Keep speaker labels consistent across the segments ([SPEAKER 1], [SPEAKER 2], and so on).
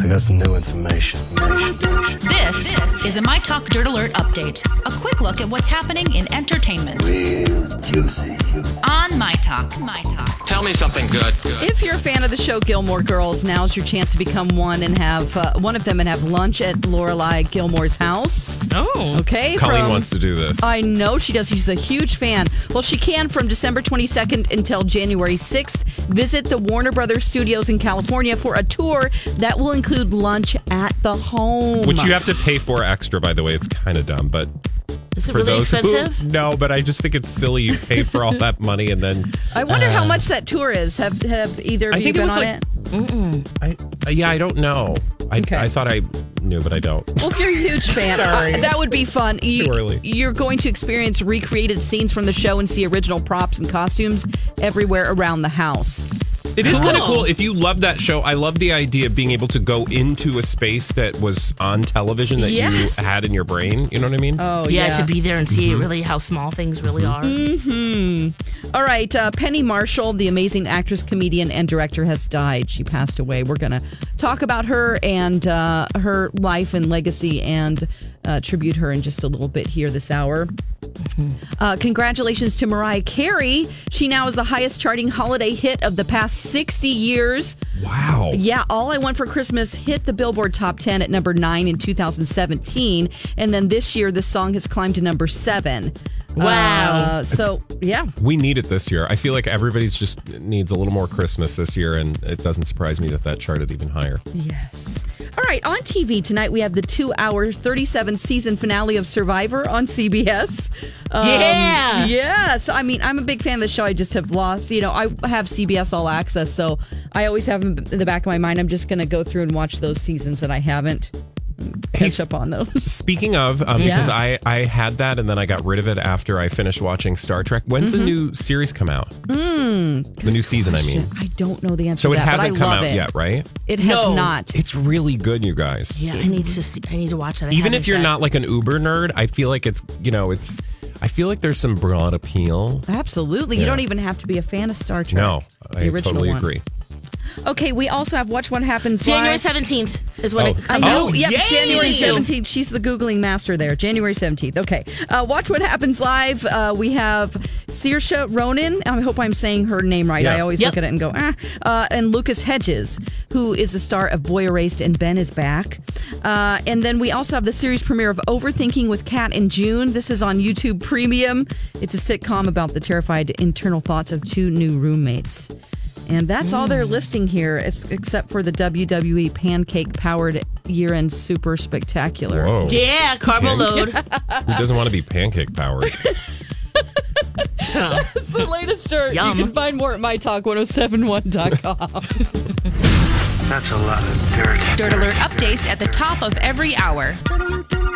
[SPEAKER 1] I got some new information.
[SPEAKER 2] This is a My Talk Dirt Alert update. A quick look at what's happening in entertainment
[SPEAKER 1] Juicy.
[SPEAKER 2] on My Talk. My Talk.
[SPEAKER 3] Tell me something good.
[SPEAKER 4] If you're a fan of the show Gilmore Girls, now's your chance to become one and have uh, one of them and have lunch at Lorelai Gilmore's house.
[SPEAKER 5] Oh.
[SPEAKER 4] Okay.
[SPEAKER 6] Colleen
[SPEAKER 4] from-
[SPEAKER 6] wants to do this.
[SPEAKER 4] I know she does. She's a huge fan. Well, she can from December 22nd until January 6th visit the Warner Brothers studios in California for a tour that will include lunch at the home.
[SPEAKER 6] which you have to pay for extra, by the way. It's kind of dumb, but
[SPEAKER 5] Is it
[SPEAKER 6] for
[SPEAKER 5] really
[SPEAKER 6] those
[SPEAKER 5] expensive?
[SPEAKER 6] who no, but I just think it's silly. You pay for all that money and then
[SPEAKER 4] I wonder how much that tour is. Have have either of
[SPEAKER 6] Uh-huh. I
[SPEAKER 4] you
[SPEAKER 6] think it
[SPEAKER 4] been
[SPEAKER 6] was
[SPEAKER 4] on
[SPEAKER 6] like-
[SPEAKER 4] it?
[SPEAKER 6] I uh, yeah, I don't know. I
[SPEAKER 4] Okay.
[SPEAKER 6] I thought I knew, but I don't.
[SPEAKER 4] Well, if you're a huge fan, uh, that would be fun. You,
[SPEAKER 6] Too early.
[SPEAKER 4] You're going to experience recreated scenes from the show and see original props and costumes everywhere around the house.
[SPEAKER 6] It is kind of cool. If you love that show, I love the idea of being able to go into a space that was on television that
[SPEAKER 4] Yes.
[SPEAKER 6] you had in your brain. You know what I mean?
[SPEAKER 4] Oh,
[SPEAKER 5] yeah, to be there and see
[SPEAKER 6] Mm-hmm.
[SPEAKER 5] really how small things really are.
[SPEAKER 4] Hmm. All right, uh, Penny Marshall, the amazing actress, comedian, and director, has died. She passed away. We're going to talk about her and uh, her life and legacy and uh, tribute her in just a little bit here this hour. Uh, congratulations to Mariah Carey. She now is the highest charting holiday hit of the past 60 years.
[SPEAKER 6] wow.
[SPEAKER 4] Yeah, All I Want for Christmas hit the Billboard Top 10 at number 9 in 2017. And then this year, the song has climbed to number 7.
[SPEAKER 5] Wow.
[SPEAKER 4] Uh, so, yeah.
[SPEAKER 6] We need it this year. I feel like everybody's just needs a little more Christmas this year, and it doesn't surprise me that that charted even higher.
[SPEAKER 4] Yes. All right. On TV tonight, we have the two hour, 37 season finale of Survivor on CBS. Um,
[SPEAKER 5] Yeah.
[SPEAKER 4] Yes. I mean, I'm a big fan of the show. I just have lost, you know, I have CBS All Access. So I always have in the back of my mind, I'm just going to go through and watch those seasons that I haven't. Catch up on those.
[SPEAKER 6] Speaking of, um,
[SPEAKER 5] Yeah.
[SPEAKER 6] because I, I had that and then I got rid of it after I finished watching Star Trek. When's
[SPEAKER 4] Mm-hmm.
[SPEAKER 6] the new series come out? the new season, I mean.
[SPEAKER 4] I don't know the answer
[SPEAKER 6] So
[SPEAKER 4] to
[SPEAKER 6] it
[SPEAKER 4] Hmm. that, but I
[SPEAKER 6] hasn't come
[SPEAKER 4] love
[SPEAKER 6] out
[SPEAKER 4] it.
[SPEAKER 6] yet, right?
[SPEAKER 4] It has
[SPEAKER 5] No.
[SPEAKER 4] not.
[SPEAKER 6] It's really good, you guys.
[SPEAKER 5] Yeah, I need to see. I need to watch that. I
[SPEAKER 6] Even
[SPEAKER 5] haven't
[SPEAKER 6] if you're
[SPEAKER 5] yet.
[SPEAKER 6] not like an Uber nerd, I feel like it's, you know, it's, I feel like there's some broad appeal.
[SPEAKER 4] Absolutely. You
[SPEAKER 6] Yeah.
[SPEAKER 4] don't even have to be a fan of Star Trek.
[SPEAKER 6] No,
[SPEAKER 4] the
[SPEAKER 6] I
[SPEAKER 4] original
[SPEAKER 6] totally
[SPEAKER 4] one.
[SPEAKER 6] agree.
[SPEAKER 4] Okay, we also have Watch What Happens
[SPEAKER 5] January
[SPEAKER 4] Live.
[SPEAKER 5] seventeenth is when
[SPEAKER 6] Oh.
[SPEAKER 5] it comes
[SPEAKER 4] I know.
[SPEAKER 5] out.
[SPEAKER 4] yep,
[SPEAKER 5] Yay!
[SPEAKER 4] January 17th. She's the Googling master there. January 17th. Okay. Uh, watch What Happens Live. Uh, we have Saoirse Ronan. I hope I'm saying her name right.
[SPEAKER 6] Yeah.
[SPEAKER 4] I always
[SPEAKER 5] Yep.
[SPEAKER 4] look at it and go, ah. Uh, and Lucas Hedges, who is the star of Boy Erased and Ben is Back. Uh, and then we also have the series premiere of Overthinking with Kat in June. This is on YouTube Premium. It's a sitcom about the terrified internal thoughts of two new roommates. And that's all they're listing here, it's, except for the WWE pancake powered year end super spectacular.
[SPEAKER 6] Whoa.
[SPEAKER 5] Yeah, carbo
[SPEAKER 6] Yeah.
[SPEAKER 5] load.
[SPEAKER 6] Who doesn't want to be pancake powered?
[SPEAKER 4] It's the latest dirt.
[SPEAKER 5] Yum.
[SPEAKER 4] You can find more at mytalk1071.com.
[SPEAKER 1] That's a lot of dirt.
[SPEAKER 2] Dirt Alert updates at the top of every hour.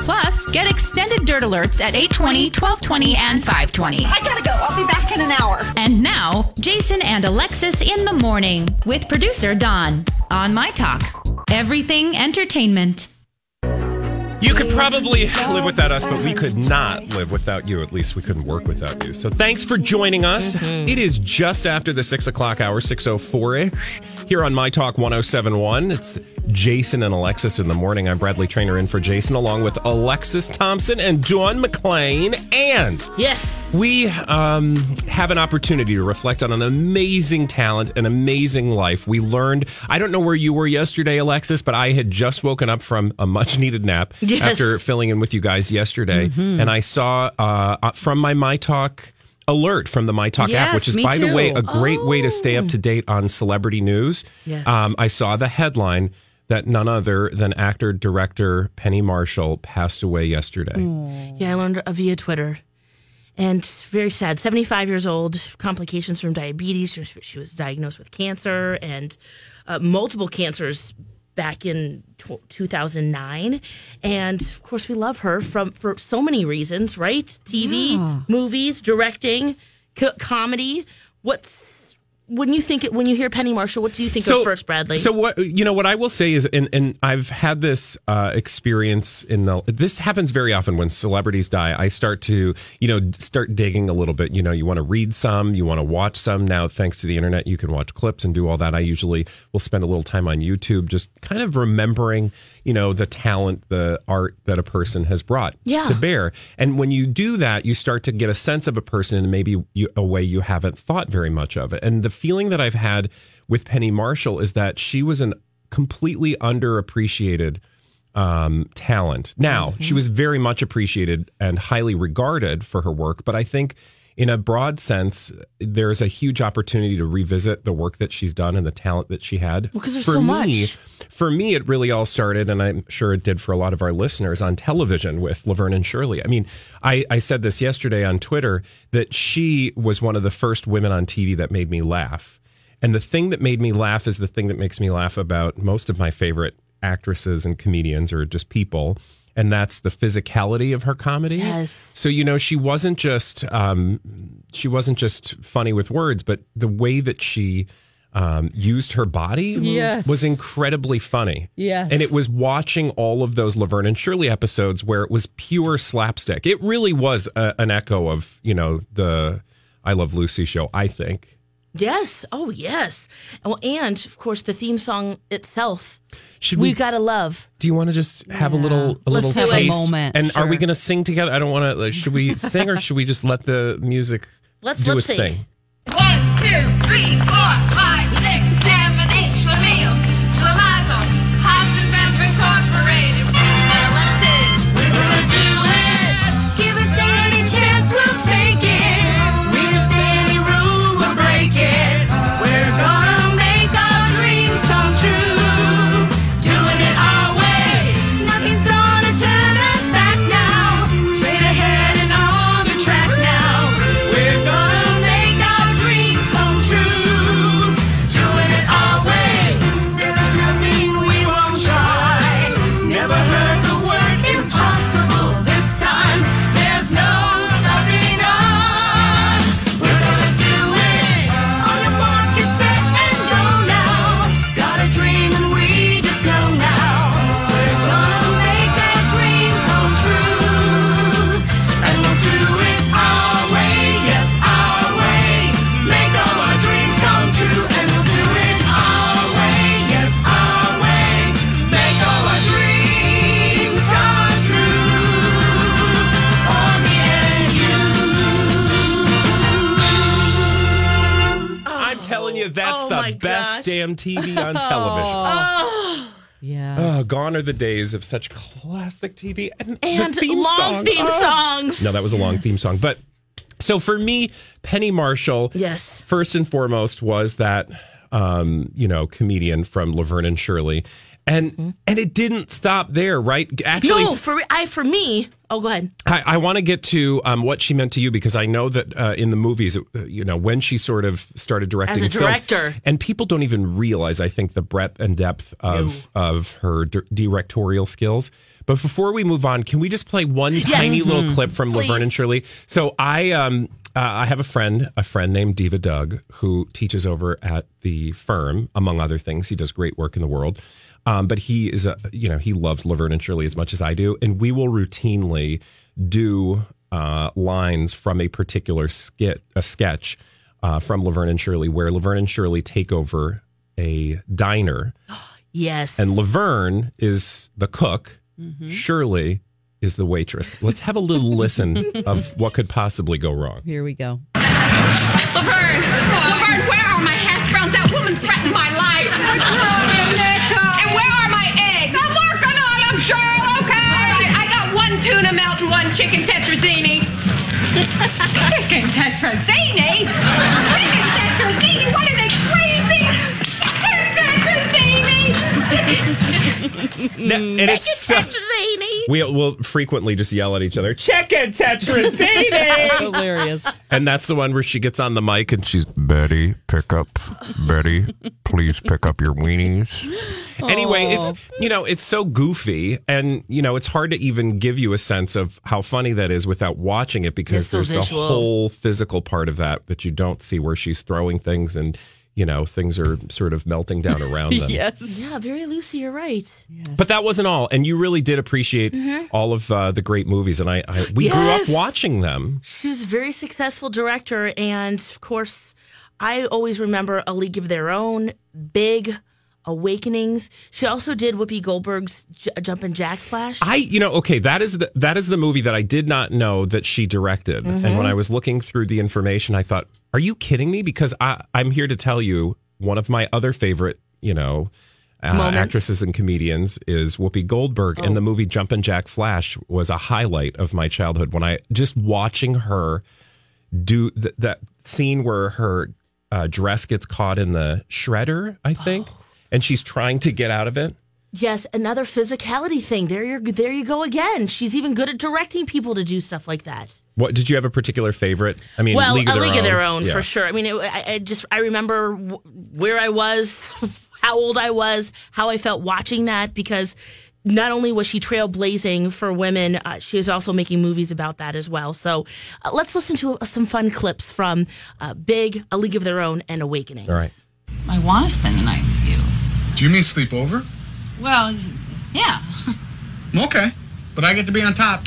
[SPEAKER 5] Plus,
[SPEAKER 2] Get extended Dirt Alerts at 820, 1220, and 520.
[SPEAKER 7] I gotta go. I'll be back in an hour.
[SPEAKER 2] And now, Jason and Alexis in the morning with producer Don on My Talk. Everything entertainment.
[SPEAKER 6] You could probably live without us, but we could not live without you. At least we couldn't work without you. So thanks for joining us. It is just after the six o'clock hour, six oh four ish, here on My Talk 1071. It's Jason and Alexis in the morning. I'm Bradley Trainer in for Jason, along with Alexis Thompson and Dawn McLean. And
[SPEAKER 5] Yes.
[SPEAKER 6] we um, have an opportunity to reflect on an amazing talent, an amazing life. We learned, I don't know where you were yesterday, Alexis, but I had just woken up from a much needed nap
[SPEAKER 5] Yes.
[SPEAKER 6] after filling in with you guys yesterday.
[SPEAKER 8] Mm-hmm.
[SPEAKER 6] And I saw uh, uh, from my My Talk alert from the My Talk
[SPEAKER 8] Yes,
[SPEAKER 6] app, which is,
[SPEAKER 8] me
[SPEAKER 6] by the way,
[SPEAKER 8] too. Oh.
[SPEAKER 6] a great way to stay up to date on celebrity news.
[SPEAKER 5] Yes.
[SPEAKER 6] Um, I saw the headline that none other than actor director Penny Marshall passed away yesterday.
[SPEAKER 5] Yeah, I learned uh, via Twitter. And very sad. 75 years old, complications from diabetes. She was, she was diagnosed with cancer and uh, multiple cancers back in tw 2009. And of course, we love her from for so many reasons, right? TV, movies, directing, co- comedy. What's when you think it, when you hear Penny Marshall, what do you think of first, Bradley?
[SPEAKER 6] So what you know what I will say is, and and I've had this uh, experience in the. This happens very often when celebrities die. I start to you know d- start digging a little bit. You know, you want to read some, you want to watch some. Now, thanks to the internet, you can watch clips and do all that. I usually will spend a little time on YouTube, just kind of remembering you know the talent, the art that a person has brought
[SPEAKER 5] Yeah.
[SPEAKER 6] to bear. And when you do that, you start to get a sense of a person in maybe you, a way you haven't thought very much of it. And the feeling that I've had with Penny Marshall is that she was an completely underappreciated um, talent. Now,
[SPEAKER 5] Mm-hmm.
[SPEAKER 6] she was very much appreciated and highly regarded for her work, but I think in a broad sense, there's a huge opportunity to revisit the work that she's done and the talent that she had.
[SPEAKER 5] Because there's
[SPEAKER 6] for
[SPEAKER 5] so
[SPEAKER 6] me,
[SPEAKER 5] much.
[SPEAKER 6] For me, it really all started, and I'm sure it did for a lot of our listeners on television with Laverne and Shirley. I mean, I, I said this yesterday on Twitter that she was one of the first women on TV that made me laugh. And the thing that made me laugh is the thing that makes me laugh about most of my favorite actresses and comedians or just people. And that's the physicality of her comedy.
[SPEAKER 5] Yes.
[SPEAKER 6] So you know, she wasn't just um, she wasn't just funny with words, but the way that she um, used her body
[SPEAKER 8] Yes.
[SPEAKER 6] was incredibly funny.
[SPEAKER 8] Yes.
[SPEAKER 6] and it was watching all of those Laverne and Shirley episodes where it was pure slapstick. It really was a, an echo of you know the I Love Lucy show. I think.
[SPEAKER 5] yes. Oh, yes. Well, and of course, the theme song itself.
[SPEAKER 6] Should
[SPEAKER 5] We
[SPEAKER 6] we,
[SPEAKER 5] gotta love.
[SPEAKER 6] do you want to just have a little a
[SPEAKER 8] Let's
[SPEAKER 6] little
[SPEAKER 8] have a
[SPEAKER 6] taste?
[SPEAKER 8] moment,
[SPEAKER 6] And are we
[SPEAKER 8] sure.
[SPEAKER 6] going to sing together? I don't want to. Like, should we sing or should we just let the music
[SPEAKER 5] Let's
[SPEAKER 6] do
[SPEAKER 5] lip
[SPEAKER 6] its
[SPEAKER 5] sync.
[SPEAKER 6] thing?
[SPEAKER 3] One, two, three, four, five, six, seven, eight. Schlemiel, Schlemazel, Heisenberg Incorporated. We're gonna do it. Give us any chance, we'll take it. We just any rule, we'll break it. We're gonna make our dreams come true. Doing it our way. Nothing's gonna turn us back now. Straight ahead and on the track now. We're gonna make our dreams come true. Doing it our way. There's nothing we won't try. Never heard the word impossible this time. There's no stopping us. We're gonna do it. On your mark, get set, and go now. Got a dream, and we just know now. We're gonna make our dream come true. And we'll do it our way, yes, our way. Make all our dreams come true. And we'll do it our way, yes, our way. Make all our dreams come true. For me and you.
[SPEAKER 6] I'm telling you, that's
[SPEAKER 5] Oh my
[SPEAKER 6] the best
[SPEAKER 5] gosh.
[SPEAKER 6] damn TV on television.
[SPEAKER 8] Yeah.
[SPEAKER 6] oh, gone are the days of such classic TV and, the
[SPEAKER 5] and
[SPEAKER 6] theme
[SPEAKER 5] long
[SPEAKER 6] song.
[SPEAKER 5] theme
[SPEAKER 6] Oh.
[SPEAKER 5] songs.
[SPEAKER 6] No, that was a long theme song, but so for me, Penny Marshall.
[SPEAKER 5] Yes.
[SPEAKER 6] First and foremost was that um, you know comedian from Laverne and Shirley, and and it didn't stop there, right? Actually,
[SPEAKER 5] Mm-hmm. no, for I for me. Oh, go ahead.
[SPEAKER 6] I, I want to get to um, what she meant to you because I know that uh, in the movies, uh, you know, when she sort of started directing
[SPEAKER 5] As a
[SPEAKER 6] films-
[SPEAKER 5] director.
[SPEAKER 6] and people don't even realize, I think, the breadth and depth of of her dir- directorial skills. But before we move on, can we just play one tiny little clip from Laverne and Shirley? So I um uh, I have a friend, a friend named Diva Doug, who teaches over at the firm, among other things. He does great work in the world. Um, but he is a you know he loves Laverne and Shirley as much as I do, and we will routinely do uh, lines from a particular skit, a sketch uh, from Laverne and Shirley, where Laverne and Shirley take over a a diner,
[SPEAKER 5] Yes.
[SPEAKER 6] and Laverne is the cook. Shirley is the waitress. Let's have a little listen of what could possibly go wrong.
[SPEAKER 8] Here we go.
[SPEAKER 9] Laverne, Laverne, where are my hash browns? That woman threatened my life. and where are my eggs? I'm working on them, Cheryl. Okay. All right, I got one tuna melt and one chicken tetrazzini. chicken tetrazzini? Chicken tetrazzini? What are they crazy? Chicken tetrazzini?
[SPEAKER 6] No, and it's so,
[SPEAKER 5] Zany.
[SPEAKER 6] we will frequently just yell at each other. Chicken tetrazzini,
[SPEAKER 8] Hilarious.
[SPEAKER 6] and that's the one where she gets on the mic and she's
[SPEAKER 1] Betty, pick up. Betty, please pick up your weenies.
[SPEAKER 6] anyway, it's you know, it's so goofy and you know, it's hard to even give you a sense of how funny that is without watching it because
[SPEAKER 5] It's so
[SPEAKER 6] there's
[SPEAKER 5] visual.
[SPEAKER 6] the whole physical part of that that you don't see where she's throwing things and you know, things are sort of melting down around them.
[SPEAKER 8] Yes.
[SPEAKER 5] Yeah, very Lucy, you're right.
[SPEAKER 6] But that wasn't all. And you really did appreciate all of uh, the great movies. And I, I we grew up
[SPEAKER 5] Mm-hmm. Yes.
[SPEAKER 6] watching them.
[SPEAKER 5] She was a very successful director, and of course, I always remember A League of Their Own, Big, Awakenings. She also did Whoopi Goldberg's J- Jumpin' Jack Flash.
[SPEAKER 6] I, you know, okay, that is the that is the movie that I did not know that she directed. And
[SPEAKER 5] Mm-hmm.
[SPEAKER 6] when I was looking through the information, I thought, "Are you kidding me?" Because I, I'm here to tell you one of my other favorite, you know, uh,
[SPEAKER 5] Moments. Oh.
[SPEAKER 6] actresses and comedians is Whoopi Goldberg, and the movie Jumpin' Jack Flash was a highlight of my childhood when I just watching her do th- that scene where her uh, dress gets caught in the shredder, I think,
[SPEAKER 5] Oh.
[SPEAKER 6] and she's trying to get out of it.
[SPEAKER 5] yes, another physicality thing. There you there you go again. She's even good at directing people to do stuff like that.
[SPEAKER 6] What did you have a particular favorite? I mean,
[SPEAKER 5] well,
[SPEAKER 6] League of
[SPEAKER 5] a
[SPEAKER 6] Their
[SPEAKER 5] league
[SPEAKER 6] Own,
[SPEAKER 5] of their own
[SPEAKER 6] Yeah.
[SPEAKER 5] for sure. I mean, it, I, I just I remember w- where I was, how old I was, how I felt watching that because not only was she trailblazing for women, uh, she is also making movies about that as well. So uh, let's listen to uh, some fun clips from uh, Big, A League of Their Own, and Awakenings.
[SPEAKER 6] All right.
[SPEAKER 10] I want to spend the night with you.
[SPEAKER 11] Do you mean sleep over?
[SPEAKER 10] Well, it's- yeah.
[SPEAKER 11] Okay, but I get to be on top.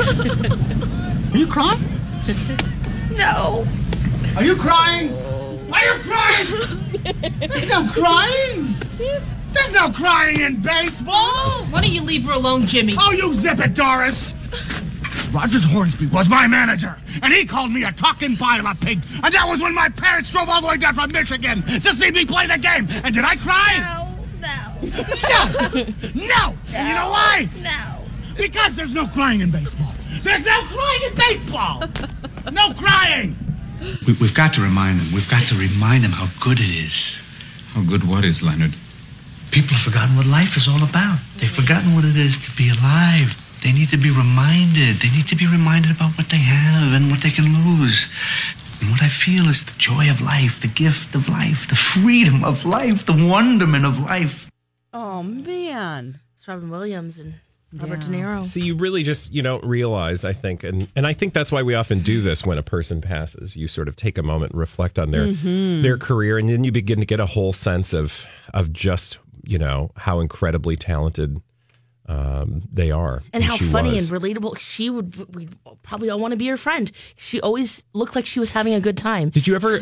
[SPEAKER 11] Are you crying?
[SPEAKER 10] No.
[SPEAKER 11] Are you crying? Are you crying? There's no crying. There's no crying in baseball.
[SPEAKER 10] Why don't you leave her alone, Jimmy?
[SPEAKER 11] Oh, you zip it, Doris. Rogers Hornsby was my manager, and he called me a talking pile of pig. And that was when my parents drove all the way down from Michigan to see me play the game. And did I cry?
[SPEAKER 9] No,
[SPEAKER 11] No. No. And you know why?
[SPEAKER 9] no,
[SPEAKER 11] Because there's no crying in baseball. There's no crying in baseball. No crying.
[SPEAKER 1] We, we've got to remind them. We've got to remind them how good it is. How good what is, Leonard?
[SPEAKER 11] People have forgotten what life is all about. They've forgotten what it is to be alive. They need to be reminded. They need to be reminded about what they have and what they can lose. And what I feel is the joy of life, the gift of life, the freedom of life, the wonderment of life.
[SPEAKER 8] Oh man.
[SPEAKER 5] It's Robin Williams and Robert De Niro.
[SPEAKER 6] See, you really just you don't realize, I think, and and I think that's why we often do this when a person passes. You sort of take a moment and reflect on their
[SPEAKER 5] Mm-hmm.
[SPEAKER 6] their career, and then you begin to get a whole sense of of just you know how incredibly talented um, they are,
[SPEAKER 5] And how
[SPEAKER 6] she
[SPEAKER 5] funny
[SPEAKER 6] was.
[SPEAKER 5] and relatable she would. We'd probably all want to be her friend. She always looked like she was having a good time.
[SPEAKER 6] Did you ever?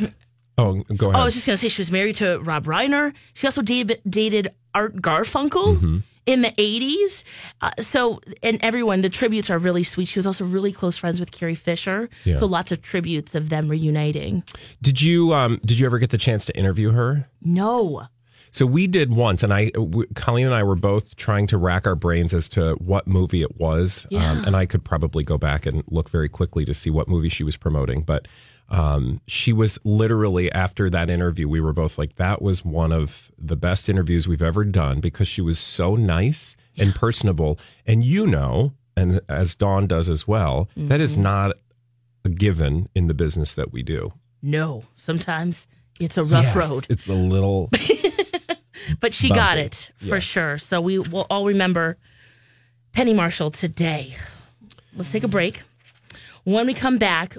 [SPEAKER 6] Oh, go ahead.
[SPEAKER 5] Oh, I was just gonna say she was married to Rob Reiner. She also dated, dated Art Garfunkel
[SPEAKER 6] Mm-hmm.
[SPEAKER 5] in the eighties. Uh, so, and everyone, the tributes are really sweet. She was also really close friends with Carrie Fisher. So, lots of tributes of them reuniting.
[SPEAKER 6] did you um, did you ever get the chance to interview her?
[SPEAKER 5] No,
[SPEAKER 6] So we did once, and I, w- Colleen and I were both trying to rack our brains as to what movie it was. Um, and I could probably go back and look very quickly to see what movie she was promoting. But um, she was literally after that interview, we were both like, that was one of the best interviews we've ever done because she was so nice and personable. And you know, and as Dawn does as well, that
[SPEAKER 5] Mm-hmm.
[SPEAKER 6] is not a given in the business that we do.
[SPEAKER 5] no. Sometimes it's a rough road.
[SPEAKER 6] It's a little.
[SPEAKER 5] but she got it for sure. So we will all remember Penny Marshall today. Let's take a break. When we come back,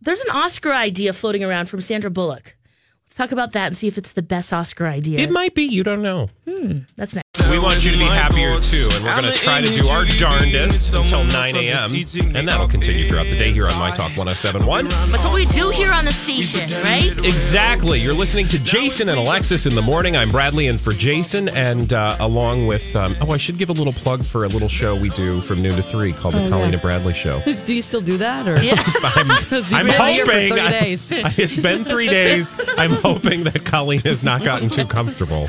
[SPEAKER 5] there's an Oscar idea floating around from Sandra Bullock. Let's talk about that and see if it's the best Oscar idea.
[SPEAKER 6] it might be. You don't know.
[SPEAKER 8] Hmm,
[SPEAKER 5] That's next.
[SPEAKER 6] We want you to be happier too, and we're going to try to do our darndest until 9 a.m. And that'll continue throughout the day here on My Talk 1071.
[SPEAKER 5] That's what we do here on the station, right?
[SPEAKER 6] Exactly. You're listening to Jason and Alexis in the morning. I'm Bradley, and for Jason, and uh, along with, um, oh, I should give a little plug for a little show we do from noon to three called
[SPEAKER 8] Oh,
[SPEAKER 6] The Colleen
[SPEAKER 8] yeah.
[SPEAKER 6] and Bradley Show.
[SPEAKER 8] do you still do that? Or
[SPEAKER 5] Yeah.
[SPEAKER 8] Because you've
[SPEAKER 6] I'm
[SPEAKER 8] been here for
[SPEAKER 6] hoping.
[SPEAKER 8] 30
[SPEAKER 6] I-
[SPEAKER 8] days.
[SPEAKER 6] I- it's been three days. I'm hoping that Colleen has not gotten too comfortable.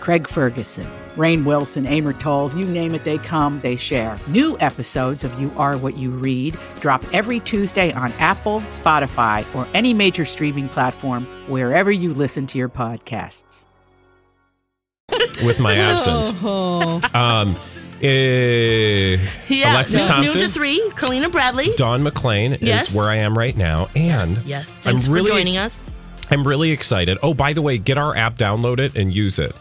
[SPEAKER 12] Craig Ferguson, Rain Wilson, Amor Tolls, you name it, they come, they share. New episodes of You Are What You Read drop every Tuesday on Apple, Spotify, or any major streaming platform wherever you listen to your podcasts.
[SPEAKER 6] with my absence. Um, eh,
[SPEAKER 5] Oh. Yeah.
[SPEAKER 6] Alexis
[SPEAKER 5] noon-
[SPEAKER 6] Thompson,
[SPEAKER 5] Noon to three. Colleen and Bradley.
[SPEAKER 6] Don McLean
[SPEAKER 5] Yes.
[SPEAKER 6] is where I am right now, and
[SPEAKER 5] Yes.
[SPEAKER 6] I'm
[SPEAKER 5] Thanks for
[SPEAKER 6] really-
[SPEAKER 5] joining us.
[SPEAKER 6] I'm really excited. Oh, by the way, get our app, download it, and use it.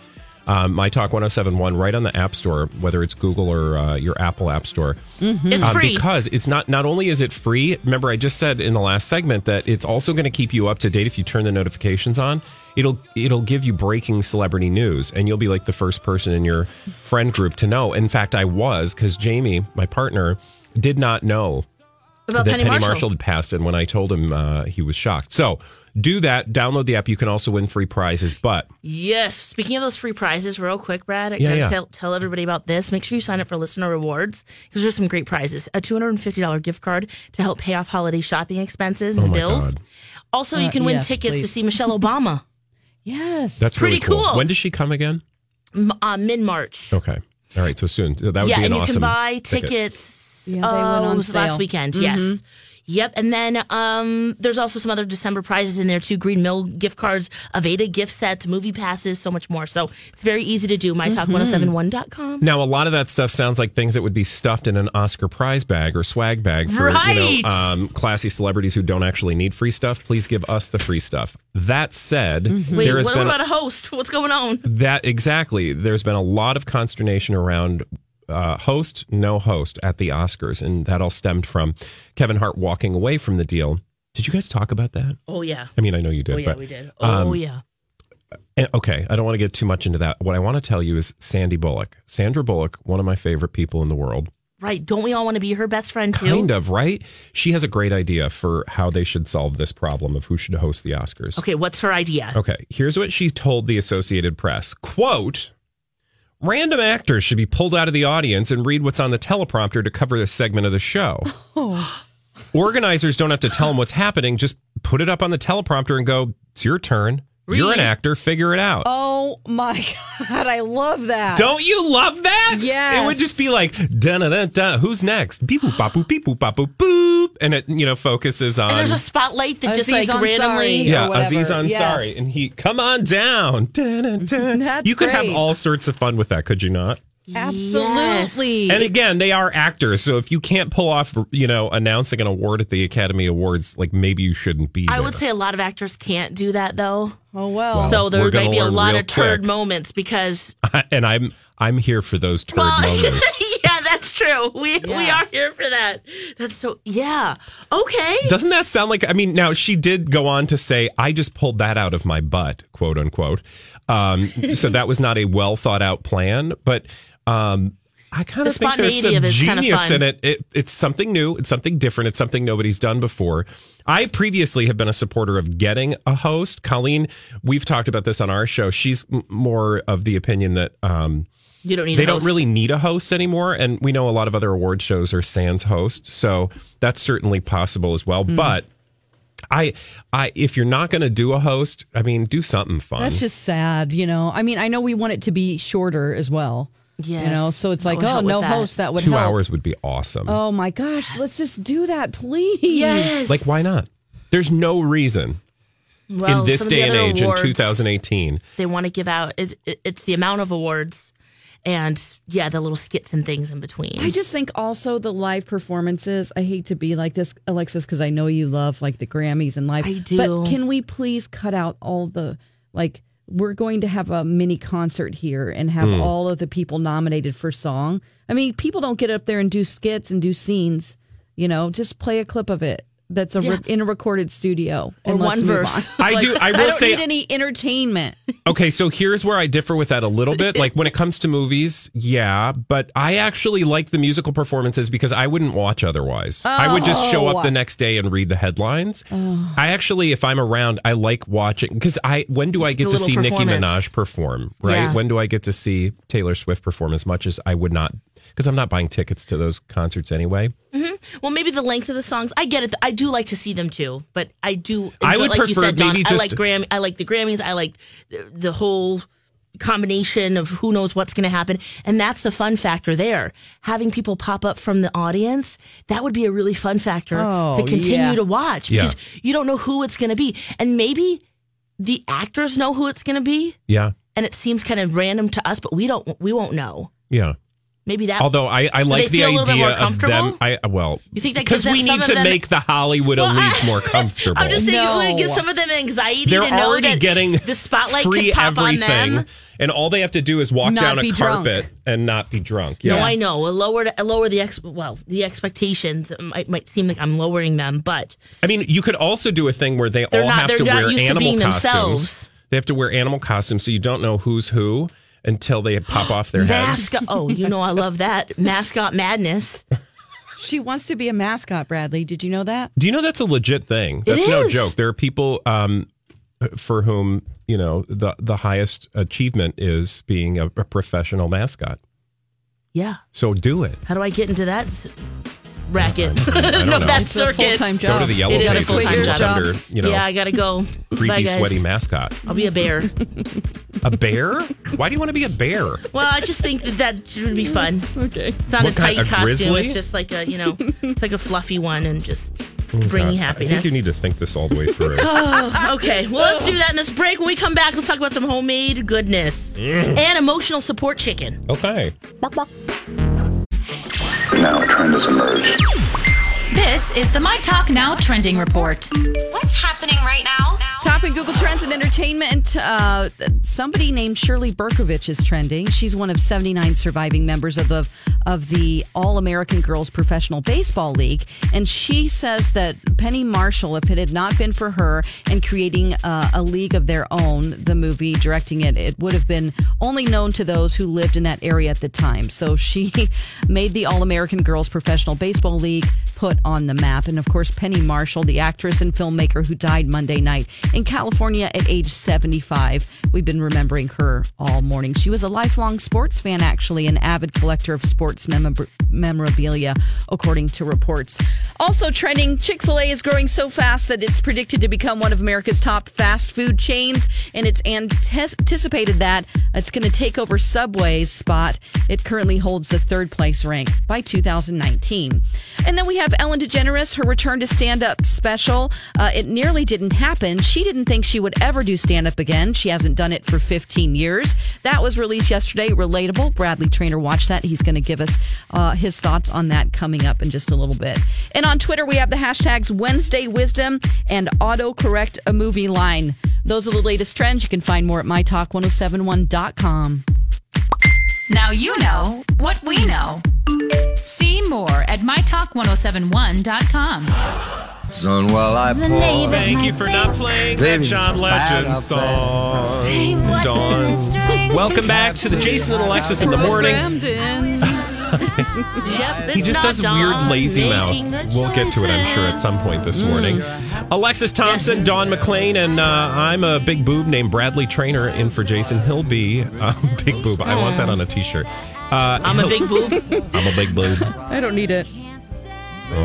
[SPEAKER 6] Um, my Talk 1071 right on the App Store, whether it's Google or uh, your Apple App Store.
[SPEAKER 5] Mhm. It's free.
[SPEAKER 6] Uh, Because it's not, not only is it free, remember I just said in the last segment that it's also going to keep you up to date if you turn the notifications on. It'll, it'll give you breaking celebrity news and you'll be like the first person in your friend group to know. In fact, I was because Jamie, my partner, did not know
[SPEAKER 5] About
[SPEAKER 6] that
[SPEAKER 5] Penny
[SPEAKER 6] Penny,
[SPEAKER 5] Marshall.
[SPEAKER 6] Marshall. had passed, and when I told him, uh, he was shocked. So do that. Download the app. You can also win free prizes. But
[SPEAKER 5] Yes. Speaking of those free prizes, real quick, Brad, I
[SPEAKER 6] Yeah,
[SPEAKER 5] gotta
[SPEAKER 6] yeah.
[SPEAKER 5] Tell, tell everybody about this. Make sure you sign up for listener rewards because there's some great prizes. A $250 gift card to help pay off holiday shopping expenses and
[SPEAKER 6] Oh my
[SPEAKER 5] bills.
[SPEAKER 6] God.
[SPEAKER 5] Also,
[SPEAKER 8] Uh,
[SPEAKER 5] you can win
[SPEAKER 8] yes,
[SPEAKER 5] tickets to
[SPEAKER 8] please.
[SPEAKER 5] see Michelle Obama
[SPEAKER 8] yes.
[SPEAKER 6] that's
[SPEAKER 5] Pretty
[SPEAKER 6] really cool.
[SPEAKER 5] cool.
[SPEAKER 6] When does she come again?
[SPEAKER 5] m- uh, mid March.
[SPEAKER 6] Okay. All right. So soon. That would
[SPEAKER 5] yeah,
[SPEAKER 6] be an
[SPEAKER 5] and you
[SPEAKER 6] awesome.
[SPEAKER 5] can buy
[SPEAKER 6] ticket.
[SPEAKER 5] tickets.
[SPEAKER 8] Yeah, they went
[SPEAKER 5] uh,
[SPEAKER 8] on
[SPEAKER 5] was last
[SPEAKER 8] sale.
[SPEAKER 5] weekend.
[SPEAKER 8] Mhm.
[SPEAKER 5] Yes. Yep. And then um, there's also some other December prizes in there too: Green Mill gift cards, Aveda gift sets, movie passes, so much more. So it's very easy to do. MyTalk1071.com.
[SPEAKER 6] Now, a lot of that stuff sounds like things that would be stuffed in an Oscar prize bag or swag bag for you
[SPEAKER 5] Right.
[SPEAKER 6] know, um, classy celebrities who don't actually need free stuff. Please give us the free stuff. That said,
[SPEAKER 5] Mm-hmm. Wait,
[SPEAKER 6] there
[SPEAKER 5] what,
[SPEAKER 6] has
[SPEAKER 5] what
[SPEAKER 6] been
[SPEAKER 5] about a host? What's going on?
[SPEAKER 6] That exactly. There's been a lot of consternation around uh, host, no host at the Oscars, and that all stemmed from Kevin Hart walking away from the deal. Did you guys talk about that?
[SPEAKER 5] Oh yeah.
[SPEAKER 6] I mean, I know you did.
[SPEAKER 5] oh yeah,
[SPEAKER 6] but,
[SPEAKER 5] we did. Oh
[SPEAKER 6] um,
[SPEAKER 5] yeah.
[SPEAKER 6] and- okay, I don't want to get too much into that. What I want to tell you is Sandy Bullock, Sandra Bullock, one of my favorite people in the world.
[SPEAKER 5] Right. Don't we all want to be her best friend too?
[SPEAKER 6] Kind of right. She has a great idea for how they should solve this problem of who should host the Oscars.
[SPEAKER 5] Okay. What's her idea?
[SPEAKER 6] Okay, here's what she told the Associated Press. Quote, random actors should be pulled out of the audience and read what's on the teleprompter to cover this segment of the show.
[SPEAKER 5] Oh."
[SPEAKER 6] Organizers don't have to tell them what's happening. Just put it up on the teleprompter and go, it's your turn. You're an
[SPEAKER 8] Really?
[SPEAKER 6] actor. Figure it out.
[SPEAKER 8] Oh my God. I love that.
[SPEAKER 6] Don't you love that?
[SPEAKER 8] Yes.
[SPEAKER 6] It would just be like, da da da da, who's next? Beep boop boop beep boop boop boop. And it, you know, focuses on.
[SPEAKER 5] And there's a spotlight that just
[SPEAKER 8] Aziz
[SPEAKER 5] like randomly.
[SPEAKER 8] Ansari.
[SPEAKER 6] Yeah,
[SPEAKER 8] or whatever.
[SPEAKER 6] Aziz Ansari,
[SPEAKER 8] Yes.
[SPEAKER 6] and he come on down. Dun, dun, dun.
[SPEAKER 8] That's
[SPEAKER 6] you could have
[SPEAKER 8] great.
[SPEAKER 6] all sorts of fun with that, could you not?
[SPEAKER 8] Absolutely.
[SPEAKER 6] And again, they are actors, so if you can't pull off, you know, announcing an award at the Academy Awards, like maybe you shouldn't be.
[SPEAKER 5] I
[SPEAKER 6] there.
[SPEAKER 5] would say a lot of actors can't do that though.
[SPEAKER 8] Oh, well.
[SPEAKER 5] so there
[SPEAKER 6] we're
[SPEAKER 5] might
[SPEAKER 6] gonna
[SPEAKER 5] be a
[SPEAKER 6] learn
[SPEAKER 5] lot
[SPEAKER 6] real
[SPEAKER 5] of turd
[SPEAKER 6] quick.
[SPEAKER 5] moments because
[SPEAKER 6] and I'm I'm here for those turd moments.
[SPEAKER 5] yeah, that's true. We we
[SPEAKER 8] Yeah.
[SPEAKER 5] are here for that. That's so yeah. Okay.
[SPEAKER 6] Doesn't that sound like? I mean, now she did go on to say, "I just pulled that out of my butt," quote unquote. Um, so that was not a well thought out plan, but um, I kind
[SPEAKER 5] The
[SPEAKER 6] of think there's
[SPEAKER 5] spontaneity
[SPEAKER 6] some
[SPEAKER 5] of it's kinda
[SPEAKER 6] genius
[SPEAKER 5] fun.
[SPEAKER 6] in it. it. It's something new. It's something different. It's something nobody's done before. I previously have been a supporter of getting a host. Colleen, we've talked about this on our show. She's m- more of the opinion that. Um,
[SPEAKER 5] You don't need.
[SPEAKER 6] they
[SPEAKER 5] a
[SPEAKER 6] don't
[SPEAKER 5] host.
[SPEAKER 6] really need a host anymore and we know a lot of other award shows are sans host so that's certainly possible as well but I, I, if you're not going to do a host, I mean, do something fun.
[SPEAKER 4] That's just sad, you know. I mean, I know we want it to be shorter as well. You know,
[SPEAKER 6] Yes,
[SPEAKER 4] so it's
[SPEAKER 6] that
[SPEAKER 4] like,
[SPEAKER 6] would
[SPEAKER 4] oh,
[SPEAKER 6] help with
[SPEAKER 4] no
[SPEAKER 6] that.
[SPEAKER 4] host, that would
[SPEAKER 6] Two
[SPEAKER 4] help.
[SPEAKER 6] hours would be awesome.
[SPEAKER 4] Oh my gosh, let's just do that, please. Yes.
[SPEAKER 6] Like, why not? There's no reason
[SPEAKER 5] Well,
[SPEAKER 6] in this
[SPEAKER 5] some of the
[SPEAKER 6] day and
[SPEAKER 5] other
[SPEAKER 6] age
[SPEAKER 5] awards-
[SPEAKER 6] in 2018.
[SPEAKER 5] They want to give out it's, it's the amount of awards, and yeah, the little skits and things in between.
[SPEAKER 4] I just think also the live performances. I hate to be like this, Alexis, because I know you love like the Grammys and live.
[SPEAKER 5] I do.
[SPEAKER 4] But can we please cut out all the like? We're going to have a mini concert here and have
[SPEAKER 13] Hmm.
[SPEAKER 4] all of the people nominated for song. I mean, people don't get up there and do skits and do scenes. You know, just play a clip of it. That's a re- in a recorded studio
[SPEAKER 5] Or
[SPEAKER 4] and let's
[SPEAKER 5] one
[SPEAKER 4] move
[SPEAKER 5] verse.
[SPEAKER 4] on.
[SPEAKER 6] I
[SPEAKER 4] Like,
[SPEAKER 6] do- I will
[SPEAKER 4] don't
[SPEAKER 6] say-
[SPEAKER 4] need any entertainment.
[SPEAKER 6] Okay, so here's where I differ with that a little bit. Like when it comes to movies, yeah, but I actually like the musical performances because I wouldn't watch otherwise. I would just show
[SPEAKER 4] Oh.
[SPEAKER 6] up the next day and read the headlines. I actually, if I'm around, I like watching because I. When do I get
[SPEAKER 5] The
[SPEAKER 6] to
[SPEAKER 5] little
[SPEAKER 6] see Nicki
[SPEAKER 5] performance.
[SPEAKER 6] Minaj perform? Right?
[SPEAKER 5] Yeah.
[SPEAKER 6] When do I get to see Taylor Swift perform? As much as I would not, because I'm not buying tickets to those concerts anyway.
[SPEAKER 5] Mhm. Well, maybe the length of the songs. I get it. I do like to see them too, but I do. Enjoy,
[SPEAKER 6] I would
[SPEAKER 5] like you
[SPEAKER 6] prefer
[SPEAKER 5] said, Don,
[SPEAKER 6] maybe
[SPEAKER 5] I
[SPEAKER 6] just-
[SPEAKER 5] like Grammy. I like the Grammys. I like the, the whole combination of who knows what's going to happen, and that's the fun factor there. Having people pop up from the audience that would be a really fun factor
[SPEAKER 4] Oh,
[SPEAKER 5] to continue
[SPEAKER 4] yeah.
[SPEAKER 5] to watch
[SPEAKER 6] Yeah.
[SPEAKER 5] because you don't know who it's going to be, and maybe the actors know who it's going to be,
[SPEAKER 6] Yeah,
[SPEAKER 5] and it seems kind of random to us, but we don't. We won't know.
[SPEAKER 6] yeah.
[SPEAKER 5] Maybe that.
[SPEAKER 6] Although I, I
[SPEAKER 5] Uh, So
[SPEAKER 6] like
[SPEAKER 5] they
[SPEAKER 6] the
[SPEAKER 5] feel a little bit
[SPEAKER 6] idea
[SPEAKER 5] more
[SPEAKER 6] of them.
[SPEAKER 5] comfortable?
[SPEAKER 6] I well,
[SPEAKER 5] You think that
[SPEAKER 6] because
[SPEAKER 5] gives them-
[SPEAKER 6] we
[SPEAKER 5] some
[SPEAKER 6] need
[SPEAKER 5] of
[SPEAKER 6] to
[SPEAKER 5] them-
[SPEAKER 6] make the Hollywood elites more comfortable.
[SPEAKER 5] I'm just saying it
[SPEAKER 4] No.
[SPEAKER 5] would give some of them anxiety
[SPEAKER 6] They're
[SPEAKER 5] to know
[SPEAKER 6] already
[SPEAKER 5] that
[SPEAKER 6] getting
[SPEAKER 5] the spotlight
[SPEAKER 6] free
[SPEAKER 5] could pop on
[SPEAKER 6] everything,
[SPEAKER 5] them.
[SPEAKER 6] and all they have to do is walk
[SPEAKER 5] Not
[SPEAKER 6] down a
[SPEAKER 5] be
[SPEAKER 6] carpet
[SPEAKER 5] drunk.
[SPEAKER 6] and not be drunk. Yeah,
[SPEAKER 5] No, I know. We'll lower to, lower the ex well the expectations. It might might seem like I'm lowering them, but
[SPEAKER 6] I mean, you could also do a thing where they
[SPEAKER 5] They're
[SPEAKER 6] all
[SPEAKER 5] not-
[SPEAKER 6] have
[SPEAKER 5] they're
[SPEAKER 6] to
[SPEAKER 5] not
[SPEAKER 6] wear
[SPEAKER 5] used to
[SPEAKER 6] animal
[SPEAKER 5] being
[SPEAKER 6] costumes.
[SPEAKER 5] themselves.
[SPEAKER 6] They have to wear animal costumes, so you don't know who's who until they pop off their heads.
[SPEAKER 5] mascot. Oh, you know I love that mascot madness.
[SPEAKER 4] she wants to be a mascot, Bradley. Did you know that?
[SPEAKER 6] Do you know that's a legit thing?
[SPEAKER 4] It
[SPEAKER 6] That's no
[SPEAKER 4] is.
[SPEAKER 6] joke. There are people um, for whom you know the the highest achievement is being a, a professional mascot.
[SPEAKER 5] Yeah.
[SPEAKER 6] So do it.
[SPEAKER 5] How do I get into that s- racket?
[SPEAKER 6] don't
[SPEAKER 5] no,
[SPEAKER 6] know.
[SPEAKER 5] that
[SPEAKER 6] It's a
[SPEAKER 5] circus.
[SPEAKER 6] full-time job. Go to the Yellow
[SPEAKER 5] It is a
[SPEAKER 6] Pages and
[SPEAKER 5] full-time
[SPEAKER 6] look
[SPEAKER 5] job.
[SPEAKER 6] under, you know,
[SPEAKER 5] yeah, I gotta go. Bye,
[SPEAKER 6] Creepy
[SPEAKER 5] guys.
[SPEAKER 6] sweaty mascot.
[SPEAKER 5] I'll be a bear.
[SPEAKER 6] A bear? Why do you want to be a bear?
[SPEAKER 5] Well, I just think that that would be fun.
[SPEAKER 4] Okay.
[SPEAKER 5] It's not
[SPEAKER 6] What
[SPEAKER 5] a
[SPEAKER 6] kind-
[SPEAKER 5] tight
[SPEAKER 6] a
[SPEAKER 5] costume.
[SPEAKER 6] grizzly?
[SPEAKER 5] It's just like a, you know, it's like a fluffy one and just bring
[SPEAKER 6] Oh, God,
[SPEAKER 5] you
[SPEAKER 6] I
[SPEAKER 5] happiness.
[SPEAKER 6] think you need to think this all the way through.
[SPEAKER 5] Oh, okay. Well, let's do that in this break. When we come back, let's talk about some homemade goodness
[SPEAKER 6] Mm.
[SPEAKER 5] and emotional support chicken.
[SPEAKER 6] okay.
[SPEAKER 14] Now a trend has emerged.
[SPEAKER 2] This is the My Talk Now trending report.
[SPEAKER 4] What's happening right now? Top in Google Trends and Entertainment. Uh, somebody named Shirley Berkovich is trending. She's one of 79 surviving members of the of the All American Girls Professional Baseball League, and she says that Penny Marshall, if it had not been for her and creating uh, a league of their own, the movie directing it, it would have been only known to those who lived in that area at the time. So she made the All American Girls Professional Baseball League put on the map. And of course, Penny Marshall, the actress and filmmaker who died Monday night in California at age 75. We've been remembering her all morning. She was a lifelong sports fan, actually, an avid collector of sports memor- memorabilia, according to reports. Also trending, Chick fil A is growing so fast that it's predicted to become one of America's top fast food chains. And it's ante- anticipated that it's going to take over Subway's spot. It currently holds the third place rank by 2019. And then we have Ellen DeGeneres, her return to stand up special. Uh, it nearly didn't happen. She didn't think she would ever do stand up again. She hasn't done it for 15 years. That was released yesterday. Relatable. Bradley Trainer watched that. He's going to give us uh, his thoughts on that coming up in just a little bit. And on Twitter, we have the hashtags Wednesday Wisdom and Autocorrect a Movie Line. Those are the latest trends. You can find more at mytalk1071.com.
[SPEAKER 2] Now you know what we know. See more at mytalk1071.com.
[SPEAKER 15] Zone while I
[SPEAKER 2] The
[SPEAKER 15] pour.
[SPEAKER 2] neighbor's
[SPEAKER 6] Thank you for not playing that
[SPEAKER 15] Baby,
[SPEAKER 6] John
[SPEAKER 15] it's bad
[SPEAKER 6] Legend
[SPEAKER 15] out
[SPEAKER 6] song.
[SPEAKER 15] there. See what's in
[SPEAKER 6] Darn.
[SPEAKER 15] the string.
[SPEAKER 6] Welcome back to the Jason and Alexis in the morning. he just does weird lazy mouth. We'll get to it, I'm sure, at some point this morning.
[SPEAKER 5] Mm.
[SPEAKER 6] Alexis Thompson, Don McLean, and uh, I'm a big boob named Bradley Trainer in for Jason. He'll be uh, big boob. I want that on a t-shirt. Uh,
[SPEAKER 5] I'm a big boob.
[SPEAKER 6] I'm a big boob.
[SPEAKER 4] I don't need it.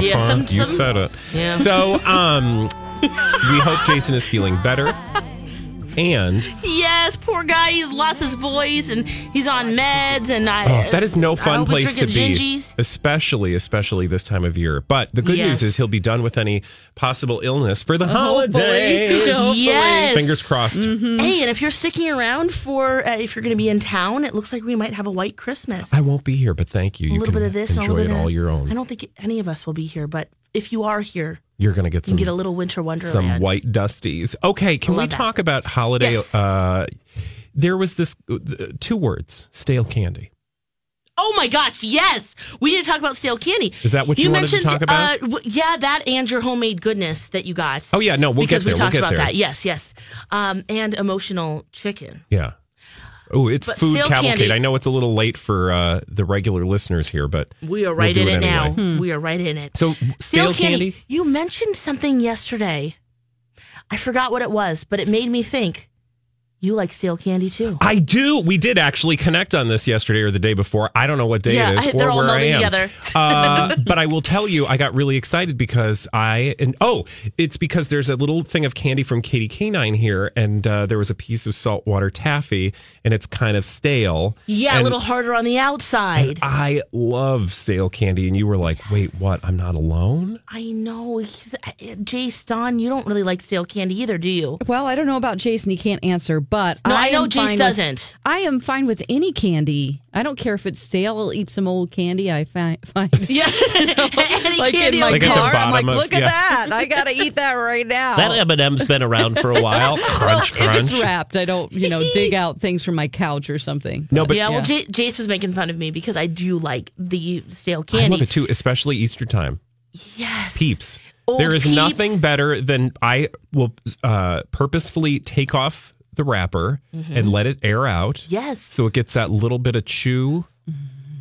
[SPEAKER 5] Yeah, some-
[SPEAKER 6] you
[SPEAKER 5] some-
[SPEAKER 6] said it.
[SPEAKER 5] Yeah.
[SPEAKER 6] So, um, we hope Jason is feeling better. And
[SPEAKER 5] Yes, poor guy. He's lost his voice and he's on meds. And I.
[SPEAKER 6] oh, that is no
[SPEAKER 5] I
[SPEAKER 6] fun
[SPEAKER 5] hope he's
[SPEAKER 6] place to
[SPEAKER 5] drinking
[SPEAKER 6] be,
[SPEAKER 5] Gingies.
[SPEAKER 6] especially especially this time of year. But the good
[SPEAKER 5] Yes.
[SPEAKER 6] news is he'll be done with any possible illness for the
[SPEAKER 5] Hopefully.
[SPEAKER 6] holidays.
[SPEAKER 5] Hopefully. Yes. Mm-hmm.
[SPEAKER 6] fingers crossed.
[SPEAKER 5] Hey, and if you're sticking around for, uh, if you're going to be in town, it looks like we might have a white Christmas.
[SPEAKER 6] I won't be here, but thank you. You
[SPEAKER 5] a little
[SPEAKER 6] can
[SPEAKER 5] bit of this, and
[SPEAKER 6] enjoy
[SPEAKER 5] a little bit
[SPEAKER 6] it
[SPEAKER 5] of
[SPEAKER 6] all
[SPEAKER 5] that.
[SPEAKER 6] your own.
[SPEAKER 5] I don't think any of us will be here, but if you are here,
[SPEAKER 6] You're gonna get
[SPEAKER 5] you can
[SPEAKER 6] some
[SPEAKER 5] get a little winter wonderland.
[SPEAKER 6] some white dusties. Okay, can we
[SPEAKER 5] Love that.
[SPEAKER 6] talk about holiday?
[SPEAKER 5] Yes.
[SPEAKER 6] Uh, there was this uh, two words: stale candy.
[SPEAKER 5] Oh my gosh, yes. We need to talk about stale candy.
[SPEAKER 6] Is that what you wanted to
[SPEAKER 5] mentioned,
[SPEAKER 6] talk about?
[SPEAKER 5] Uh, w- yeah, that and your homemade goodness that you got.
[SPEAKER 6] Oh, yeah, no, we'll get
[SPEAKER 5] because
[SPEAKER 6] there,
[SPEAKER 5] we
[SPEAKER 6] we'll
[SPEAKER 5] talked
[SPEAKER 6] get
[SPEAKER 5] about
[SPEAKER 6] there.
[SPEAKER 5] that. Yes, yes. Um, and emotional chicken.
[SPEAKER 6] Yeah. Oh, it's
[SPEAKER 5] But
[SPEAKER 6] food
[SPEAKER 5] stale
[SPEAKER 6] cavalcade.
[SPEAKER 5] candy-
[SPEAKER 6] I know it's a little late for uh, the regular listeners here, but
[SPEAKER 5] We are
[SPEAKER 6] we'll
[SPEAKER 5] right
[SPEAKER 6] do
[SPEAKER 5] in it,
[SPEAKER 6] anyway.
[SPEAKER 5] now. We are right in it.
[SPEAKER 6] So stale candy.
[SPEAKER 5] Hmm. You mentioned something yesterday. I forgot what it was, but it made me think. You like stale candy too.
[SPEAKER 6] I do. We did actually connect on this yesterday or the day before. I don't know what day
[SPEAKER 5] Yeah,
[SPEAKER 6] it is
[SPEAKER 5] I-
[SPEAKER 6] or
[SPEAKER 5] they're all
[SPEAKER 6] where I
[SPEAKER 5] melding
[SPEAKER 6] am.
[SPEAKER 5] together.
[SPEAKER 6] uh, but I will tell you, I got really excited because I and oh, it's because there's a little thing of candy from Katie Canine here, and uh, there was a piece of saltwater taffy, and it's kind of stale.
[SPEAKER 5] Yeah, a
[SPEAKER 6] And
[SPEAKER 5] little harder on the outside.
[SPEAKER 6] I love stale candy, and you were like, "Wait, what? I'm not alone."
[SPEAKER 5] I know. He's, uh, Jay Don, you don't really like stale candy either, do you?
[SPEAKER 4] Well, I don't know about Jason. He can't answer, but
[SPEAKER 5] No, I know
[SPEAKER 4] am
[SPEAKER 5] Jace
[SPEAKER 4] fine with-
[SPEAKER 5] doesn't.
[SPEAKER 4] I am fine with any candy. I don't care if it's stale. I'll eat some old candy. I fi- find
[SPEAKER 5] yeah,
[SPEAKER 4] like
[SPEAKER 3] candy
[SPEAKER 4] in my
[SPEAKER 3] like- Like at the
[SPEAKER 4] car. I'm like,
[SPEAKER 3] bottom of-
[SPEAKER 4] look at
[SPEAKER 3] yeah.
[SPEAKER 4] that. I gotta eat that right now.
[SPEAKER 5] Oh.
[SPEAKER 6] M&M's been around for a while. Crunch,
[SPEAKER 4] If it's wrapped, I don't you know dig out things from my couch or something.
[SPEAKER 6] No, but-
[SPEAKER 5] yeah, well, J- Jace was making fun of me because I do like the stale
[SPEAKER 6] I
[SPEAKER 5] candy.
[SPEAKER 6] love it too, especially Easter time.
[SPEAKER 5] Yes.
[SPEAKER 6] Peeps.
[SPEAKER 5] Old
[SPEAKER 6] there is
[SPEAKER 5] Peeps.
[SPEAKER 6] nothing better than I will uh, purposefully take off the wrapper
[SPEAKER 5] Mhm.
[SPEAKER 6] and let it air out.
[SPEAKER 5] Yes. Mm-hmm.
[SPEAKER 6] So it gets that little bit of chew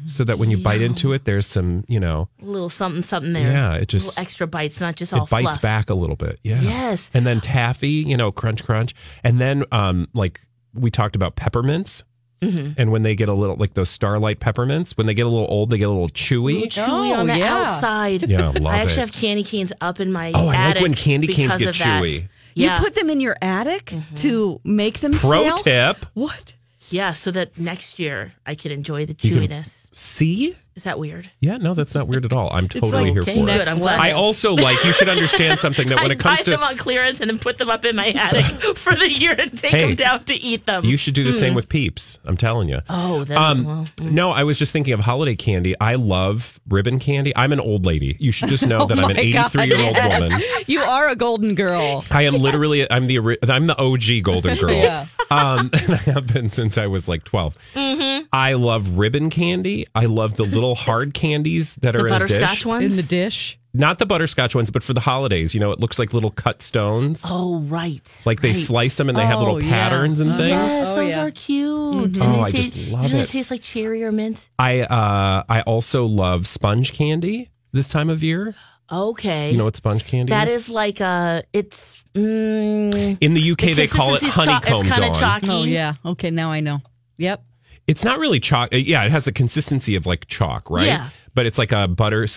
[SPEAKER 6] so that when you bite into it, there's some, you know,
[SPEAKER 5] A little something, something there.
[SPEAKER 6] Yeah, it just-
[SPEAKER 5] little extra bites, not just all
[SPEAKER 6] it bites
[SPEAKER 5] fluff.
[SPEAKER 6] back a little bit. Yeah.
[SPEAKER 5] Yes.
[SPEAKER 6] And then taffy, you know, crunch, crunch. And then, um, like we talked about peppermints.
[SPEAKER 5] Mhm.
[SPEAKER 6] And when they get a little, like those starlight peppermints, when they get a little old, they get a little chewy.
[SPEAKER 5] Little chewy
[SPEAKER 4] Oh,
[SPEAKER 5] on the
[SPEAKER 4] yeah.
[SPEAKER 5] outside.
[SPEAKER 6] Yeah, love
[SPEAKER 5] I actually
[SPEAKER 6] it.
[SPEAKER 5] have candy canes up in my
[SPEAKER 6] Oh, I like
[SPEAKER 5] attic
[SPEAKER 6] when candy canes
[SPEAKER 5] because
[SPEAKER 6] get
[SPEAKER 5] of that.
[SPEAKER 6] chewy.
[SPEAKER 5] Yeah.
[SPEAKER 4] You put them in your attic to make them
[SPEAKER 6] Pro
[SPEAKER 4] stale?
[SPEAKER 6] tip.
[SPEAKER 4] What?
[SPEAKER 5] Yeah, so that next year I can enjoy the
[SPEAKER 6] You can-
[SPEAKER 5] chewiness.
[SPEAKER 6] See?
[SPEAKER 5] Is that weird?
[SPEAKER 6] Yeah, no, that's not weird at all. I'm
[SPEAKER 5] It's
[SPEAKER 6] totally
[SPEAKER 5] like
[SPEAKER 6] here
[SPEAKER 5] okay,
[SPEAKER 6] for
[SPEAKER 5] good,
[SPEAKER 6] it.
[SPEAKER 5] I'm glad.
[SPEAKER 6] I also like you should understand something that when
[SPEAKER 5] I
[SPEAKER 6] it comes
[SPEAKER 5] buy them
[SPEAKER 6] to
[SPEAKER 5] on clearance and then put them up in my attic for the year and take
[SPEAKER 6] Hey,
[SPEAKER 5] them down to eat them.
[SPEAKER 6] you should do the same
[SPEAKER 5] Mm.
[SPEAKER 6] with peeps. I'm telling you. Um,
[SPEAKER 5] Oh, then, well, mm.
[SPEAKER 6] no, I was just thinking of holiday candy. I love ribbon candy. I'm an old lady. You should just
[SPEAKER 5] Oh
[SPEAKER 6] know that I'm an 83 year old woman.
[SPEAKER 4] You are a golden girl.
[SPEAKER 6] I am literally I'm the ori- I'm the OG golden girl.
[SPEAKER 4] Yeah.
[SPEAKER 6] Um, and I have been since I was like 12.
[SPEAKER 5] Mhm.
[SPEAKER 6] I love ribbon candy. I love the little hard candies that
[SPEAKER 5] The
[SPEAKER 6] are in a dish.
[SPEAKER 5] butterscotch ones? In the
[SPEAKER 4] dish.
[SPEAKER 6] Not the butterscotch ones, but for the holidays, you know, it looks like little cut stones.
[SPEAKER 5] Oh, right. Uh-huh.
[SPEAKER 6] Like they slice them and they have little patterns and things.
[SPEAKER 5] Oh, Yes, those are cute. And
[SPEAKER 6] Oh,
[SPEAKER 5] they
[SPEAKER 6] I
[SPEAKER 5] taste-
[SPEAKER 6] just love
[SPEAKER 5] usually
[SPEAKER 6] it.
[SPEAKER 5] tastes like cherry or mint.
[SPEAKER 6] I uh I also love sponge candy this time of year.
[SPEAKER 5] Okay.
[SPEAKER 6] You know what sponge candy
[SPEAKER 5] That
[SPEAKER 6] is?
[SPEAKER 5] is like uh it's mm,
[SPEAKER 6] In the UK, they call it
[SPEAKER 5] consistency's cho-
[SPEAKER 6] honeycomb
[SPEAKER 5] It's kind
[SPEAKER 6] dawn.
[SPEAKER 5] of chalky.
[SPEAKER 4] Oh yeah. Okay, now I know. Yep.
[SPEAKER 6] It's not really chalk. uh, Yeah, it has the consistency of like chalk, right?
[SPEAKER 5] Yeah.
[SPEAKER 6] But it's like a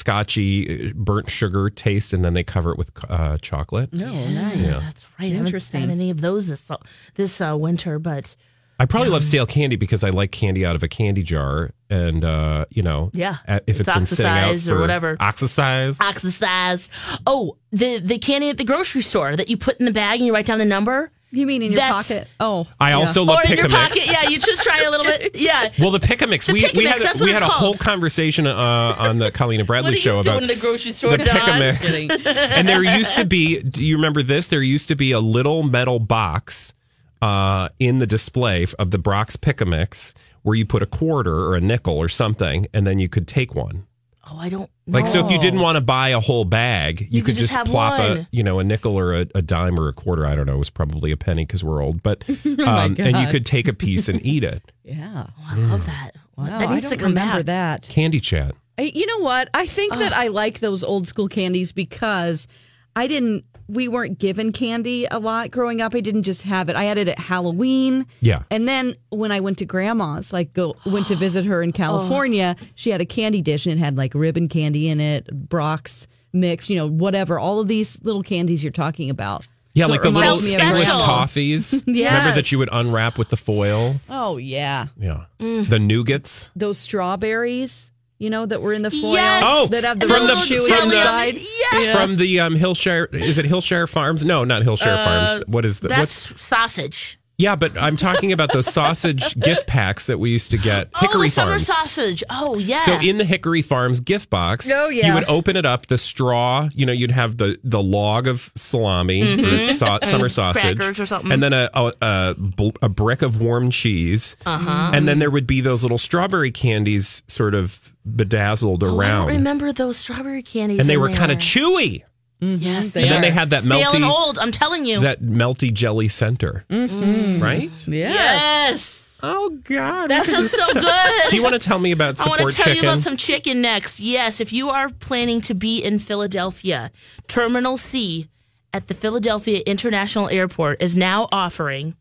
[SPEAKER 6] butterscotchy uh, burnt sugar taste, and then they cover it with uh, chocolate.
[SPEAKER 4] No,
[SPEAKER 5] Oh, Nice.
[SPEAKER 6] Yeah.
[SPEAKER 5] That's right. Interesting. I haven't had any of those this this uh, winter, but
[SPEAKER 6] I probably love stale candy because I like candy out of a candy jar, and uh, you know,
[SPEAKER 5] Yeah.
[SPEAKER 6] uh, if
[SPEAKER 5] It's
[SPEAKER 6] it's been sitting out
[SPEAKER 5] oxidized or
[SPEAKER 6] for
[SPEAKER 5] whatever.
[SPEAKER 6] oxidized.
[SPEAKER 5] oxidized. Oh, the the candy at the grocery store that you put in the bag and you write down the number.
[SPEAKER 4] You mean in your pocket? Oh,
[SPEAKER 6] I also love
[SPEAKER 5] or in your
[SPEAKER 6] Pick-a-Mix.
[SPEAKER 5] pocket. Yeah, you just try a little bit. Yeah.
[SPEAKER 6] Well, the pick a mix.
[SPEAKER 5] The
[SPEAKER 6] We,
[SPEAKER 5] Pick-a-Mix,
[SPEAKER 6] we had,
[SPEAKER 5] that's
[SPEAKER 6] a-
[SPEAKER 5] what
[SPEAKER 6] we
[SPEAKER 5] it's
[SPEAKER 6] had a whole
[SPEAKER 5] called.
[SPEAKER 6] conversation uh, on the Colleen and Bradley
[SPEAKER 5] What are you
[SPEAKER 6] show about
[SPEAKER 5] doing in the grocery store,
[SPEAKER 6] the
[SPEAKER 5] Don?
[SPEAKER 6] Pick-a-Mix.
[SPEAKER 5] Just kidding.
[SPEAKER 6] and there used to be. Do you remember this? There used to be a little metal box uh, in the display of the Brock's Pick a Mix where you put a quarter or a nickel or something, and then you could take one.
[SPEAKER 5] Oh, I don't.
[SPEAKER 6] Like so, if you
[SPEAKER 5] know.
[SPEAKER 6] didn't want to buy a whole bag, you,
[SPEAKER 5] You
[SPEAKER 6] could
[SPEAKER 5] could just
[SPEAKER 6] just,
[SPEAKER 5] have
[SPEAKER 6] plop
[SPEAKER 5] one.
[SPEAKER 6] a you know a nickel or a, a dime or a quarter. I don't know. It was probably a penny because we're old, but
[SPEAKER 5] Oh
[SPEAKER 6] um,
[SPEAKER 4] my
[SPEAKER 6] and you
[SPEAKER 4] God.
[SPEAKER 6] could take a piece and eat it.
[SPEAKER 4] Yeah.
[SPEAKER 5] I
[SPEAKER 6] Mm.
[SPEAKER 5] love that.
[SPEAKER 4] Wow,
[SPEAKER 5] that
[SPEAKER 4] I
[SPEAKER 5] needs
[SPEAKER 4] don't
[SPEAKER 5] to come
[SPEAKER 4] remember
[SPEAKER 5] back.
[SPEAKER 4] that.
[SPEAKER 6] Candy chat.
[SPEAKER 4] I, you know what? I think that I like those old school candies because I didn't. We weren't given candy a lot growing up. I didn't just have it. I had it at Halloween.
[SPEAKER 6] Yeah.
[SPEAKER 4] And then when I went to grandma's, like go went to visit her in California, she had a candy dish and it had like ribbon candy in it, Brock's mix, you know, whatever, all of these little candies you're talking about.
[SPEAKER 6] Yeah,
[SPEAKER 4] So it
[SPEAKER 6] like the little
[SPEAKER 4] reminds me of
[SPEAKER 6] English
[SPEAKER 4] Grandma.
[SPEAKER 6] toffees. Remember
[SPEAKER 4] Yes.
[SPEAKER 6] that you would unwrap with the foil?
[SPEAKER 4] Oh yeah.
[SPEAKER 6] Yeah.
[SPEAKER 4] Mm.
[SPEAKER 6] The nougats.
[SPEAKER 4] Those strawberries, you know, that were in the foil
[SPEAKER 6] Yes. Oh,
[SPEAKER 4] that have the
[SPEAKER 6] from
[SPEAKER 4] little
[SPEAKER 6] the-
[SPEAKER 4] chewy
[SPEAKER 6] from the-
[SPEAKER 4] outside. Yeah.
[SPEAKER 6] From the um, Hillshire, is it Hillshire Farms? No, not Hillshire Farms.
[SPEAKER 5] Uh,
[SPEAKER 6] What is the,
[SPEAKER 5] That's
[SPEAKER 6] what's,
[SPEAKER 5] sausage.
[SPEAKER 6] yeah, but I'm talking about those sausage gift packs that we used to get.
[SPEAKER 5] oh,
[SPEAKER 6] Hickory
[SPEAKER 5] the summer
[SPEAKER 6] Farms.
[SPEAKER 5] sausage. Oh yeah.
[SPEAKER 6] So in the Hickory Farms gift box,
[SPEAKER 5] Oh, yeah.
[SPEAKER 6] you would open it up, the straw, you know, you'd have the the log of salami
[SPEAKER 5] Mhm.
[SPEAKER 6] or sa-
[SPEAKER 5] And
[SPEAKER 6] summer sausage
[SPEAKER 5] crackers or something.
[SPEAKER 6] and then a a, a, bl- a brick of warm cheese.
[SPEAKER 5] Uh-huh.
[SPEAKER 6] And then there would be those little strawberry candies sort of bedazzled
[SPEAKER 5] Oh, I don't
[SPEAKER 6] around.
[SPEAKER 5] remember those strawberry candies.
[SPEAKER 6] and they
[SPEAKER 5] in
[SPEAKER 6] were kind of
[SPEAKER 5] there.
[SPEAKER 6] chewy.
[SPEAKER 5] Yes,
[SPEAKER 6] And then
[SPEAKER 5] are.
[SPEAKER 6] they had that
[SPEAKER 5] Stale and
[SPEAKER 6] melty-
[SPEAKER 5] old. I'm telling you.
[SPEAKER 6] That melty jelly center.
[SPEAKER 5] Mm.
[SPEAKER 6] Right?
[SPEAKER 5] Yes.
[SPEAKER 6] Oh God,
[SPEAKER 5] that sounds so good.
[SPEAKER 6] Do you want to tell me about
[SPEAKER 5] I
[SPEAKER 6] support
[SPEAKER 5] want to tell
[SPEAKER 6] chicken?
[SPEAKER 5] you about some chicken next. Yes, if you are planning to be in Philadelphia, Terminal C at the Philadelphia International Airport is now offering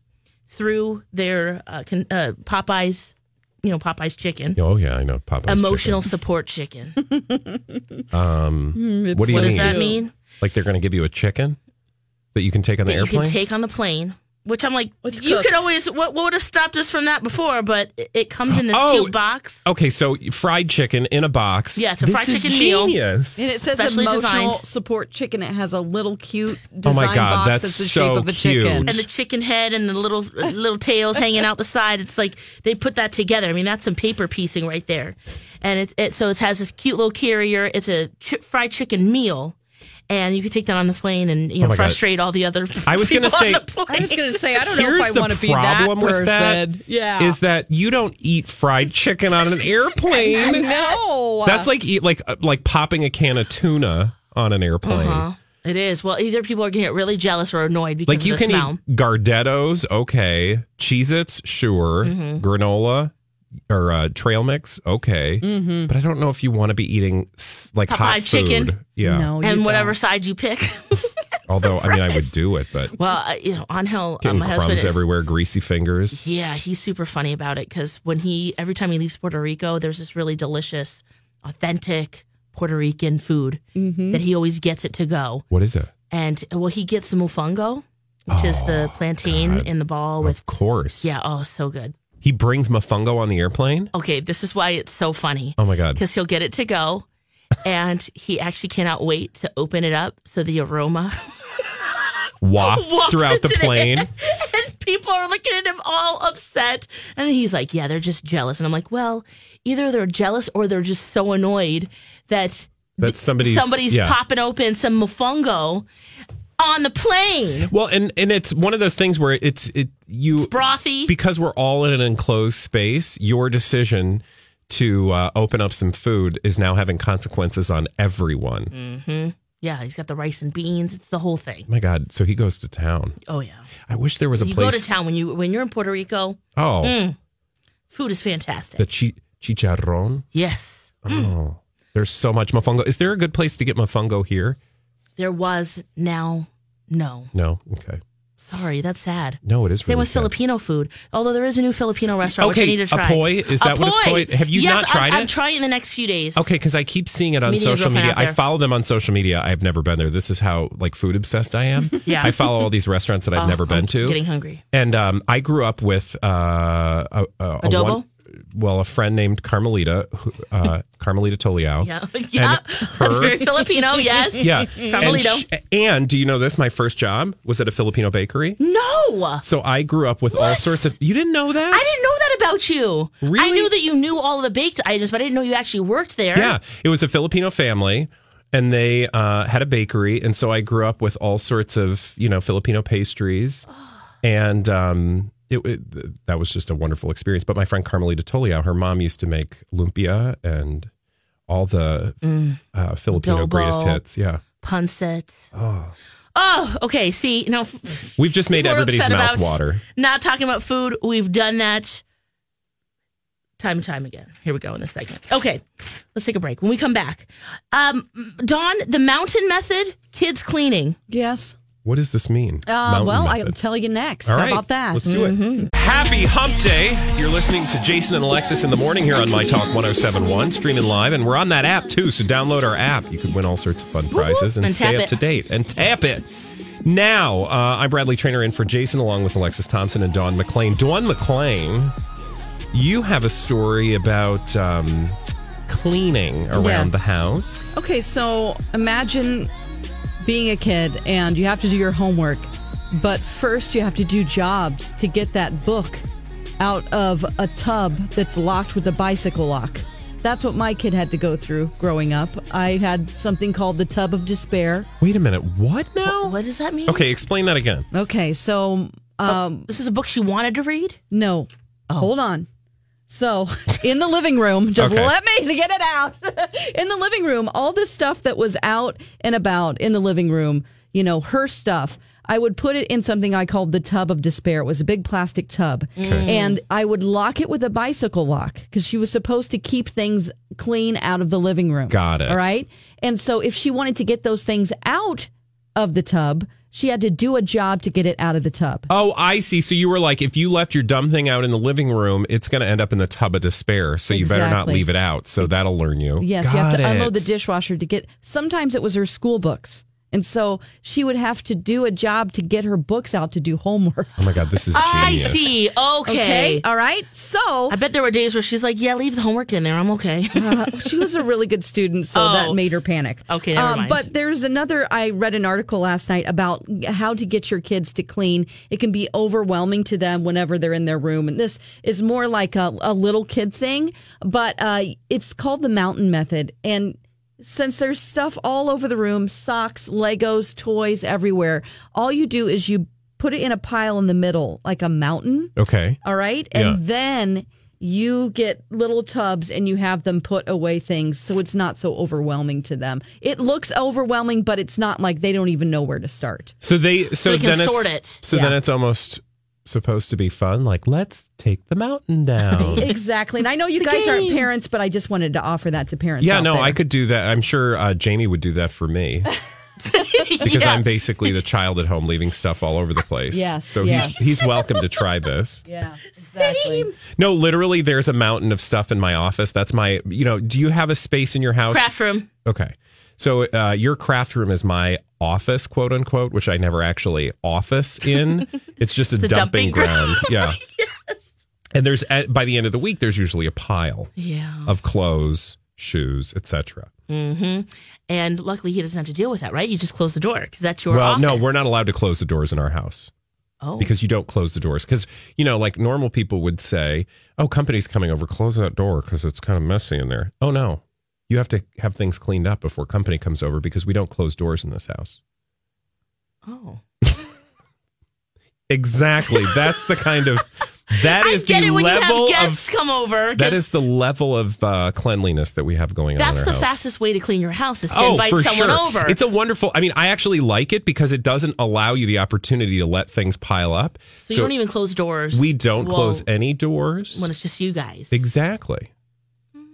[SPEAKER 5] through their uh, con- uh, Popeyes, you know, Popeyes chicken,
[SPEAKER 6] oh yeah, I know Popeye's
[SPEAKER 5] emotional support chicken.
[SPEAKER 6] chicken. Um,
[SPEAKER 5] Mm, it's
[SPEAKER 6] what do you
[SPEAKER 5] What
[SPEAKER 6] mean?
[SPEAKER 5] does that mean?
[SPEAKER 6] Like they're going to give you a chicken that you can take on the
[SPEAKER 5] that you
[SPEAKER 6] airplane?
[SPEAKER 5] can take on the plane. Which I'm like, you could
[SPEAKER 3] cooked.
[SPEAKER 5] always. What, what would have stopped us from that before? But it- it comes in this
[SPEAKER 6] Oh.
[SPEAKER 5] cute box.
[SPEAKER 6] Okay, so fried chicken in a box.
[SPEAKER 5] Yeah, it's a
[SPEAKER 6] This
[SPEAKER 5] fried
[SPEAKER 6] is
[SPEAKER 5] chicken meal.
[SPEAKER 6] genius.
[SPEAKER 4] And it says
[SPEAKER 5] Specially
[SPEAKER 4] emotional
[SPEAKER 5] designed.
[SPEAKER 4] support chicken. It has a little cute
[SPEAKER 6] Oh
[SPEAKER 4] design
[SPEAKER 6] my God,
[SPEAKER 4] box
[SPEAKER 6] that's
[SPEAKER 4] that's the
[SPEAKER 6] so
[SPEAKER 4] shape of a
[SPEAKER 6] cute.
[SPEAKER 4] chicken.
[SPEAKER 5] and the chicken head and the little uh, little tails hanging out the side. It's like they put that together. I mean, that's some paper piecing right there. And it's it so it has this cute little carrier. It's a ch- fried chicken meal, and you can take that on the plane and you
[SPEAKER 6] Oh
[SPEAKER 5] know
[SPEAKER 6] my God.
[SPEAKER 5] frustrate all the other.
[SPEAKER 6] I was
[SPEAKER 5] going
[SPEAKER 6] gonna
[SPEAKER 5] to
[SPEAKER 6] say-
[SPEAKER 4] I was going to say, I don't know
[SPEAKER 6] Here's
[SPEAKER 4] if I
[SPEAKER 6] the
[SPEAKER 4] want to be that
[SPEAKER 6] problem with
[SPEAKER 4] person.
[SPEAKER 6] that
[SPEAKER 4] yeah.
[SPEAKER 6] is that you don't eat fried chicken on an airplane.
[SPEAKER 4] no.
[SPEAKER 6] That's like eat like uh, like popping a can of tuna on an airplane.
[SPEAKER 5] Uh-huh. It is. Well, either people are going to get really jealous or annoyed because
[SPEAKER 6] Like you
[SPEAKER 5] of the
[SPEAKER 6] can
[SPEAKER 5] smell.
[SPEAKER 6] eat Gardettos, okay, Cheez-Its, sure,
[SPEAKER 5] Mhm.
[SPEAKER 6] granola or uh, trail mix, okay,
[SPEAKER 5] Mhm.
[SPEAKER 6] but I don't know if you want to be eating s- like hot
[SPEAKER 5] Popeye chicken.
[SPEAKER 6] food. Yeah,
[SPEAKER 5] and whatever side you pick.
[SPEAKER 6] although I mean I would do it, but
[SPEAKER 5] well, uh, you know, Angel, uh,
[SPEAKER 6] getting
[SPEAKER 5] my husband
[SPEAKER 6] crumbs
[SPEAKER 5] is
[SPEAKER 6] everywhere, greasy fingers.
[SPEAKER 5] Yeah, he's super funny about it because when he every time he leaves Puerto Rico, there's this really delicious, authentic Puerto Rican food that he always gets it to go.
[SPEAKER 6] What is it?
[SPEAKER 5] And well, he gets the mofongo, which is the plantain in the ball with.
[SPEAKER 6] Oh, Of course,
[SPEAKER 5] Yeah, oh, so good.
[SPEAKER 6] he brings mofongo on the airplane.
[SPEAKER 5] Okay, this is why it's so funny
[SPEAKER 6] Oh my god,
[SPEAKER 5] because he'll get it to go, and he actually cannot wait to open it up. So the aroma.
[SPEAKER 6] wafts
[SPEAKER 5] walks
[SPEAKER 6] throughout the
[SPEAKER 5] into
[SPEAKER 6] plane.
[SPEAKER 5] and people are looking at him all upset. And he's like, Yeah, they're just jealous. And I'm like, Well, either they're jealous or they're just so annoyed that
[SPEAKER 6] That somebody's
[SPEAKER 5] somebody's
[SPEAKER 6] yeah.
[SPEAKER 5] popping open some mofongo on the plane.
[SPEAKER 6] Well, and and it's one of those things where it's it you
[SPEAKER 5] Brothy.
[SPEAKER 6] because we're all in an enclosed space. Your decision to uh, open up some food is now having consequences on everyone.
[SPEAKER 5] hmm Yeah, he's got the rice and beans. It's the whole thing.
[SPEAKER 6] My God, so he goes to town.
[SPEAKER 5] Oh, yeah.
[SPEAKER 6] I wish there was a
[SPEAKER 5] you
[SPEAKER 6] place.
[SPEAKER 5] go to town when, you, when you're in Puerto Rico.
[SPEAKER 6] Oh.
[SPEAKER 5] mm, food is fantastic.
[SPEAKER 6] the chi- chicharron.
[SPEAKER 5] yes.
[SPEAKER 6] Oh, there's so much mofongo. Is there a good place to get mofongo here?
[SPEAKER 5] There was now, no.
[SPEAKER 6] No. Okay.
[SPEAKER 5] Sorry, that's sad.
[SPEAKER 6] No, it is
[SPEAKER 5] Same
[SPEAKER 6] really
[SPEAKER 5] with
[SPEAKER 6] sad.
[SPEAKER 5] Filipino food. Although there is a new Filipino restaurant which I
[SPEAKER 6] Okay,
[SPEAKER 5] need to try.
[SPEAKER 6] Apoy? Is that what it's
[SPEAKER 5] Apoy!
[SPEAKER 6] called? Have you
[SPEAKER 5] Yes,
[SPEAKER 6] not tried
[SPEAKER 5] I'm, I'm
[SPEAKER 6] it?
[SPEAKER 5] trying it in the next few days.
[SPEAKER 6] Okay, because I keep seeing it on
[SPEAKER 5] Me and your
[SPEAKER 6] social media.
[SPEAKER 5] girlfriend out
[SPEAKER 6] I
[SPEAKER 5] there.
[SPEAKER 6] follow them on social media. I have never been there. This is how like food obsessed I am.
[SPEAKER 5] Yeah.
[SPEAKER 6] I follow all these restaurants that I've
[SPEAKER 5] Oh,
[SPEAKER 6] never been
[SPEAKER 5] I'm
[SPEAKER 6] to.
[SPEAKER 5] Getting hungry.
[SPEAKER 6] And um, I grew up with uh, a, a, a
[SPEAKER 5] Adobo?
[SPEAKER 6] one- well, a friend named Carmelita, who- uh, Carmelita Toliao.
[SPEAKER 5] Yeah, yeah. That's
[SPEAKER 6] her-
[SPEAKER 5] very Filipino. Yes.
[SPEAKER 6] Yeah. And,
[SPEAKER 5] Carmelito.
[SPEAKER 6] sh- and do you know this? My first job was at a Filipino bakery.
[SPEAKER 5] no.
[SPEAKER 6] So I grew up with all sorts of. You didn't know that?
[SPEAKER 5] I didn't know that about you.
[SPEAKER 6] Really?
[SPEAKER 5] I knew that you knew all the baked items, but I didn't know you actually worked there.
[SPEAKER 6] Yeah, it was a Filipino family, and they uh, had a bakery, and so I grew up with all sorts of you know Filipino pastries, and um, it, it that was just a wonderful experience. But my friend Carmelita Tolio, her mom used to make lumpia and all the uh, Filipino
[SPEAKER 5] Mm. Adobo.
[SPEAKER 6] greatest hits. Yeah,
[SPEAKER 5] Punset.
[SPEAKER 6] Oh.
[SPEAKER 5] Oh, okay. See, now
[SPEAKER 6] we've just made
[SPEAKER 5] We're
[SPEAKER 6] everybody's
[SPEAKER 5] upset
[SPEAKER 6] mouth
[SPEAKER 5] about
[SPEAKER 6] water.
[SPEAKER 5] Not talking about food. We've done that time and time again. Here we go in this segment. Okay, let's take a break. When we come back, um, Dawn, the mountain method, kids cleaning.
[SPEAKER 4] Yes.
[SPEAKER 6] What does this mean?
[SPEAKER 4] Uh,
[SPEAKER 6] Mountain
[SPEAKER 4] well,
[SPEAKER 6] method.
[SPEAKER 4] I'll tell you next.
[SPEAKER 6] All
[SPEAKER 4] How
[SPEAKER 6] right,
[SPEAKER 4] about that?
[SPEAKER 6] Let's do it. Happy Hump Day. You're listening to Jason and Alexis in the morning here on My Talk 1071, streaming live, and we're on that app too. So download our app. You could win all sorts of fun prizes and,
[SPEAKER 5] And tap
[SPEAKER 6] stay up
[SPEAKER 5] it.
[SPEAKER 6] to date and tap it. Now, uh, I'm Bradley Trainer in for Jason, along with Alexis Thompson and Dawn McLean. Dawn McLean, you have a story about um, cleaning around
[SPEAKER 4] Yeah.
[SPEAKER 6] the house.
[SPEAKER 4] Okay, so imagine being a kid and you have to do your homework, but first you have to do jobs to get that book out of a tub that's locked with a bicycle lock. That's what my kid had to go through growing up. I had something called the tub of despair.
[SPEAKER 6] Wait a minute. What?
[SPEAKER 5] No. What, does that mean?
[SPEAKER 6] Okay, explain that again.
[SPEAKER 4] Okay, so um,
[SPEAKER 5] This is a book she wanted to read?
[SPEAKER 4] no, hold on. So in the living room, just
[SPEAKER 5] Okay.
[SPEAKER 4] let me get it out. in the living room, all this stuff that was out and about in the living room, you know, her stuff. I would put it in something I called the tub of despair. It was a big plastic tub.
[SPEAKER 3] Okay.
[SPEAKER 4] And I would lock it with a bicycle lock because she was supposed to keep things clean out of the living room.
[SPEAKER 6] Got it.
[SPEAKER 4] All right. And so if she wanted to get those things out of the tub, she had to do a job to get it out of the tub.
[SPEAKER 6] Oh, I see. So you were like, if you left your dumb thing out in the living room, it's going to end up in the tub of despair. So you better not
[SPEAKER 4] Exactly.
[SPEAKER 6] leave it out. So that'll learn you.
[SPEAKER 4] Yes, you have to
[SPEAKER 6] Got
[SPEAKER 4] unload the
[SPEAKER 6] it.
[SPEAKER 4] dishwasher to get. Sometimes it was her school books, and so she would have to do a job to get her books out to do homework.
[SPEAKER 6] Oh my god, this is
[SPEAKER 5] I
[SPEAKER 6] genius.
[SPEAKER 5] see. Okay.
[SPEAKER 4] Okay, all right. So
[SPEAKER 5] I bet there were days where she's like, "Yeah, leave the homework in there. I'm okay."
[SPEAKER 4] Uh, she was a really good student, so that made her panic.
[SPEAKER 5] Oh. Okay, never
[SPEAKER 4] Um,
[SPEAKER 5] mind.
[SPEAKER 4] But there's another. I read an article last night about how to get your kids to clean. It can be overwhelming to them whenever they're in their room, and this is more like a, a little kid thing. But uh, it's called the Mountain Method, and since there's stuff all over the room, socks, Legos, toys everywhere, all you do is you put it in a pile in the middle, like a mountain.
[SPEAKER 6] Okay.
[SPEAKER 4] All right. And
[SPEAKER 6] Yeah.
[SPEAKER 4] then you get little tubs and you have them put away things so it's not so overwhelming to them. It looks overwhelming, but it's not like they don't even know where to start.
[SPEAKER 6] So they so,
[SPEAKER 4] they can
[SPEAKER 6] then
[SPEAKER 4] sort
[SPEAKER 6] it's,
[SPEAKER 4] it.
[SPEAKER 6] So
[SPEAKER 4] Yeah.
[SPEAKER 6] then it's almost supposed to be fun. Like let's take the mountain down.
[SPEAKER 4] exactly. And I know you guys aren't parents, but I just wanted to offer that to parents.
[SPEAKER 6] yeah,
[SPEAKER 4] out
[SPEAKER 6] no,
[SPEAKER 4] there.
[SPEAKER 6] I could do that. I'm sure uh, Jamie would do that for me because I'm basically the child at home leaving stuff all over the place.
[SPEAKER 4] Yes,
[SPEAKER 6] So
[SPEAKER 4] yes.
[SPEAKER 6] he's he's welcome to try this.
[SPEAKER 4] Yeah, exactly.
[SPEAKER 6] No, literally, there's a mountain of stuff in my office. That's my, you know, do you have a space in your house?
[SPEAKER 5] Craft room.
[SPEAKER 6] Okay. So uh, your craft room is my office, quote unquote, which I never actually office in. it's just a,
[SPEAKER 5] It's a
[SPEAKER 6] dumping,
[SPEAKER 5] dumping
[SPEAKER 6] ground. yeah. And there's at, by the end of the week, there's usually a pile
[SPEAKER 5] Yeah.
[SPEAKER 6] of clothes, shoes, etc.
[SPEAKER 5] Mm-hmm. And luckily, he doesn't have to deal with that, right? You just close the door because that's your
[SPEAKER 6] Well,
[SPEAKER 5] office.
[SPEAKER 6] no, we're not allowed to close the doors in our house.
[SPEAKER 5] Oh.
[SPEAKER 6] Because you don't close the doors. Because, you know, like normal people would say, oh, company's coming over, close that door because it's kind of messy in there. Oh, no. You have to have things cleaned up before company comes over because we don't close doors in this house.
[SPEAKER 5] Oh.
[SPEAKER 6] Exactly. That's the kind of, that is
[SPEAKER 5] Get
[SPEAKER 6] the
[SPEAKER 5] it when you
[SPEAKER 6] level
[SPEAKER 5] have guests
[SPEAKER 6] of,
[SPEAKER 5] come over.
[SPEAKER 6] that
[SPEAKER 5] 'cause
[SPEAKER 6] is the level of uh, cleanliness that we have going on
[SPEAKER 5] that's
[SPEAKER 6] in
[SPEAKER 5] the
[SPEAKER 6] our house. Oh,
[SPEAKER 5] fastest way to clean your house is to invite someone over.
[SPEAKER 6] It's a wonderful. I mean, I actually like it because it doesn't allow you the opportunity to let things pile up.
[SPEAKER 5] so you don't even close doors.
[SPEAKER 6] We don't
[SPEAKER 5] Well,
[SPEAKER 6] close any doors.
[SPEAKER 5] when it's just you guys.
[SPEAKER 6] Exactly.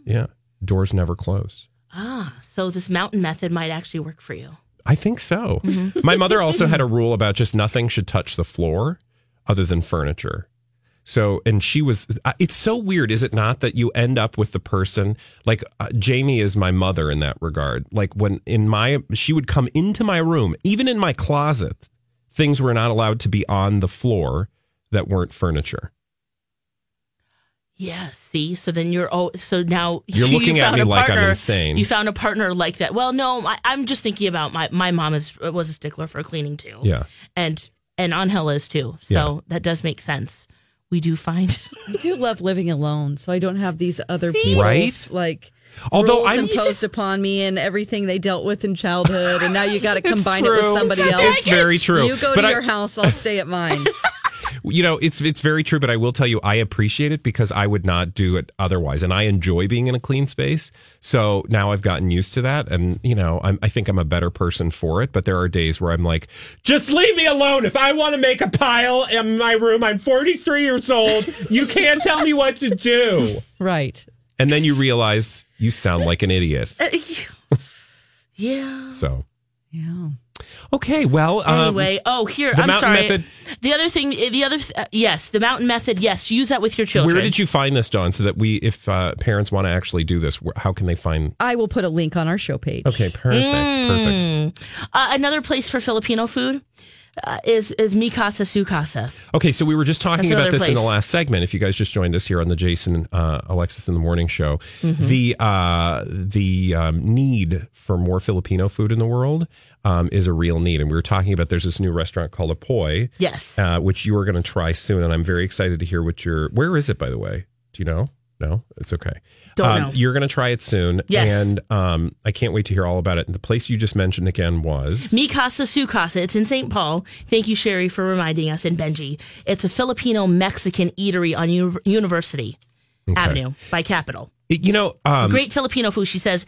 [SPEAKER 6] Yeah, doors never close.
[SPEAKER 5] Ah, so this mountain method might actually work for you.
[SPEAKER 6] I think so. My mother also had a rule about just nothing should touch the floor other than furniture. So, and she was, uh, it's so weird, is it not, that you end up with the person like uh, Jamie is my mother in that regard. Like, when in my, she would come into my room, even in my closet, things were not allowed to be on the floor that weren't furniture.
[SPEAKER 5] Yeah. See, so then you're oh, so now
[SPEAKER 6] You're
[SPEAKER 5] you
[SPEAKER 6] looking at
[SPEAKER 5] found
[SPEAKER 6] me
[SPEAKER 5] a
[SPEAKER 6] like I'm
[SPEAKER 5] partner-
[SPEAKER 6] insane.
[SPEAKER 5] You found a partner like that. Well, no, I, I'm just thinking about my my mom is was a stickler for cleaning too.
[SPEAKER 6] Yeah.
[SPEAKER 5] and and Angel is too. So
[SPEAKER 6] Yeah.
[SPEAKER 5] that does make sense. We do find
[SPEAKER 4] I do love living alone, so I don't have these other people
[SPEAKER 6] Right?
[SPEAKER 4] like
[SPEAKER 6] Although
[SPEAKER 4] rules
[SPEAKER 6] I'm-
[SPEAKER 4] imposed upon me and everything they dealt with in childhood, and now you got to
[SPEAKER 6] It's
[SPEAKER 4] combine it with
[SPEAKER 6] true.
[SPEAKER 4] somebody
[SPEAKER 6] It's
[SPEAKER 4] else.
[SPEAKER 6] very true.
[SPEAKER 4] You go
[SPEAKER 6] But
[SPEAKER 4] to
[SPEAKER 6] I-
[SPEAKER 4] your house, I'll stay at mine.
[SPEAKER 6] you know it's it's very true but i will tell you i appreciate it because i would not do it otherwise and i enjoy being in a clean space so now i've gotten used to that and you know I'm, i think i'm a better person for it but there are days where i'm like just leave me alone if i want to make a pile in my room i'm 43 years old you can't tell me what to do
[SPEAKER 4] right
[SPEAKER 6] and then you realize you sound like an idiot
[SPEAKER 5] yeah.
[SPEAKER 6] so
[SPEAKER 4] Yeah.
[SPEAKER 6] Okay, well, um,
[SPEAKER 5] Anyway, oh here,
[SPEAKER 6] the
[SPEAKER 5] I'm
[SPEAKER 6] Mountain
[SPEAKER 5] sorry.
[SPEAKER 6] Method-
[SPEAKER 5] The other thing, the other uh, yes, the mountain method. Yes, use that with your children.
[SPEAKER 6] Where did you find this, Dawn? So that we, if uh, parents want to actually do this, wh- how can they find?
[SPEAKER 8] I will put a link on our show page.
[SPEAKER 6] Okay, perfect, perfect.
[SPEAKER 5] perfect. Mm. Uh, another place for Filipino food uh, is is Mikasa Sukasa.
[SPEAKER 6] Okay, so we were just talking
[SPEAKER 5] That's
[SPEAKER 6] about
[SPEAKER 5] another
[SPEAKER 6] this in the
[SPEAKER 5] place.
[SPEAKER 6] last segment. If you guys just joined us here on the Jason uh, Alexis in the Morning Show,
[SPEAKER 5] Mhm.
[SPEAKER 6] the uh, the um, need for more Filipino food in the world um, is a real need, and we were talking about there's this new restaurant called Apoy,
[SPEAKER 5] Yes.
[SPEAKER 6] uh, which you are going to try soon, and I'm very excited to hear what your. Where is it, by the way? Do you know? No, it's okay.
[SPEAKER 5] Don't
[SPEAKER 6] um,
[SPEAKER 5] know.
[SPEAKER 6] You're going to try it soon,
[SPEAKER 5] Yes.
[SPEAKER 6] and um, I can't wait to hear all about it. And the place you just mentioned again was
[SPEAKER 5] Mikasa Sukasa. It's in St. Paul. Thank you, Sherry, for reminding us. And Benji, it's a Filipino Mexican eatery on Uni- University
[SPEAKER 6] Okay.
[SPEAKER 5] Avenue by Capitol.
[SPEAKER 6] You know, um,
[SPEAKER 5] Great Filipino food. She says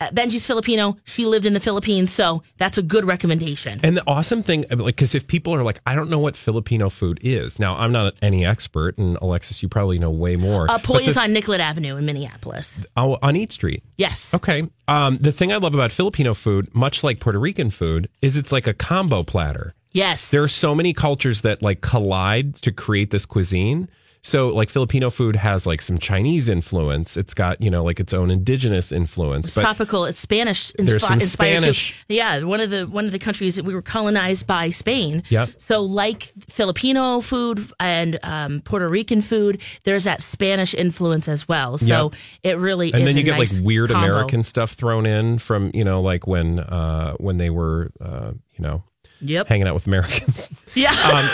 [SPEAKER 5] uh, Benji's Filipino. She lived in the Philippines, so that's a good recommendation.
[SPEAKER 6] And the awesome thing, like, because if people are like, I don't know what Filipino food is. Now, I'm not any expert, and Alexis, you probably know way more.
[SPEAKER 5] Uh, Poi
[SPEAKER 6] But the-
[SPEAKER 5] is on Nicollet Avenue in Minneapolis.
[SPEAKER 6] oh, on Eat Street.
[SPEAKER 5] Yes.
[SPEAKER 6] Okay. Um, the thing I love about Filipino food, much like Puerto Rican food, is it's like a combo platter.
[SPEAKER 5] Yes.
[SPEAKER 6] There are so many cultures that like collide to create this cuisine. So like Filipino food has like some Chinese influence. It's got, you know, like its own indigenous influence.
[SPEAKER 5] It's tropical. It's Spanish. inspi-
[SPEAKER 6] There's some
[SPEAKER 5] inspired too.
[SPEAKER 6] Spanish.
[SPEAKER 5] Yeah, one of the one of the countries that we were colonized by Spain.
[SPEAKER 6] Yep.
[SPEAKER 5] So, like Filipino food and um, Puerto Rican food, there's that Spanish influence as well. So
[SPEAKER 6] Yep.
[SPEAKER 5] it really
[SPEAKER 6] and
[SPEAKER 5] is
[SPEAKER 6] then
[SPEAKER 5] a
[SPEAKER 6] you get
[SPEAKER 5] nice
[SPEAKER 6] like weird
[SPEAKER 5] combo.
[SPEAKER 6] American stuff thrown in from you know like when uh when they were uh you know
[SPEAKER 5] Yep.
[SPEAKER 6] hanging out with Americans Um,
[SPEAKER 5] Yeah.
[SPEAKER 6] Uh,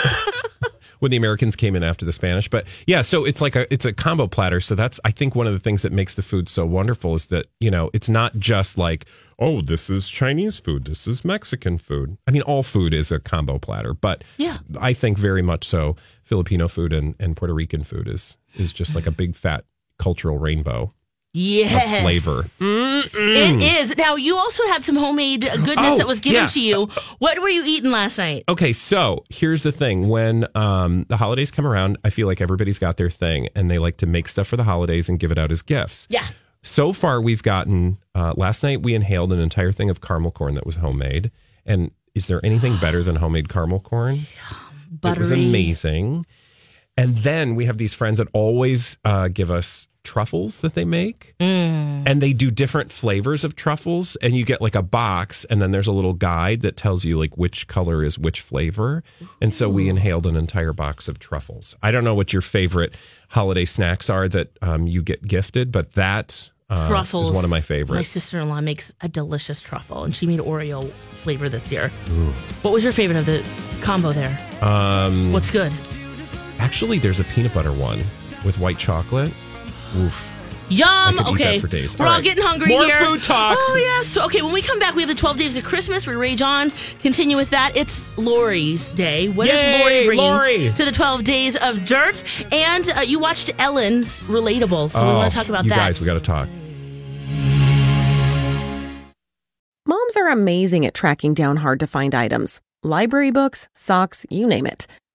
[SPEAKER 6] when the Americans came in after the Spanish but yeah so it's like a it's a combo platter so that's I think one of the things that makes the food so wonderful is that you know it's not just like oh this is Chinese food this is Mexican food I mean all food is a combo platter but
[SPEAKER 5] Yeah.
[SPEAKER 6] I think very much so Filipino food and and Puerto Rican food is is just like a big fat cultural rainbow
[SPEAKER 5] yes.
[SPEAKER 6] of flavor. Mm.
[SPEAKER 5] It is. Now you also had some homemade goodness
[SPEAKER 6] Oh,
[SPEAKER 5] that was given
[SPEAKER 6] yeah. Oh,
[SPEAKER 5] to you. What were you eating last night?
[SPEAKER 6] Okay, so here's the thing: when um, the holidays come around, I feel like everybody's got their thing, and they like to make stuff for the holidays and give it out as gifts.
[SPEAKER 5] Yeah.
[SPEAKER 6] So far, we've gotten. Uh, last night, we inhaled an entire thing of caramel corn that was homemade. And is there anything better than homemade caramel corn? It was
[SPEAKER 5] Buttery.
[SPEAKER 6] amazing. And then we have these friends that always uh, give us truffles that they make.
[SPEAKER 5] Mm.
[SPEAKER 6] And they do different flavors of truffles. And you get like a box, and then there's a little guide that tells you like which color is which flavor. And so we inhaled an entire box of truffles. I don't know what your favorite holiday snacks are that um, you get gifted, but that uh,
[SPEAKER 5] truffles
[SPEAKER 6] is one of my
[SPEAKER 5] My
[SPEAKER 6] favorites.
[SPEAKER 5] sister in law makes a delicious truffle, and she made Oreo flavor this year.
[SPEAKER 6] Ooh.
[SPEAKER 5] What was your favorite of the combo there?
[SPEAKER 6] Um,
[SPEAKER 5] What's good?
[SPEAKER 6] Actually, there's a peanut butter one with white chocolate. Oof.
[SPEAKER 5] Yum.
[SPEAKER 6] I could eat
[SPEAKER 5] okay.
[SPEAKER 6] that for days.
[SPEAKER 5] We're
[SPEAKER 6] All
[SPEAKER 5] all
[SPEAKER 6] right.
[SPEAKER 5] getting hungry
[SPEAKER 6] More
[SPEAKER 5] here.
[SPEAKER 6] food talk.
[SPEAKER 5] Oh yes. So, okay, when we come back, we have the 12 days of Christmas. We rage on. Continue with that. It's Lori's day. What is
[SPEAKER 6] Yay,
[SPEAKER 5] Lori bringing
[SPEAKER 6] Lori.
[SPEAKER 5] to the 12 days of dirt? And uh, you watched Ellen's relatable, so we
[SPEAKER 6] Oh,
[SPEAKER 5] want to talk about
[SPEAKER 6] you
[SPEAKER 5] that.
[SPEAKER 6] guys, we got to talk.
[SPEAKER 13] Moms are amazing at tracking down hard to find items library books, socks, you name it.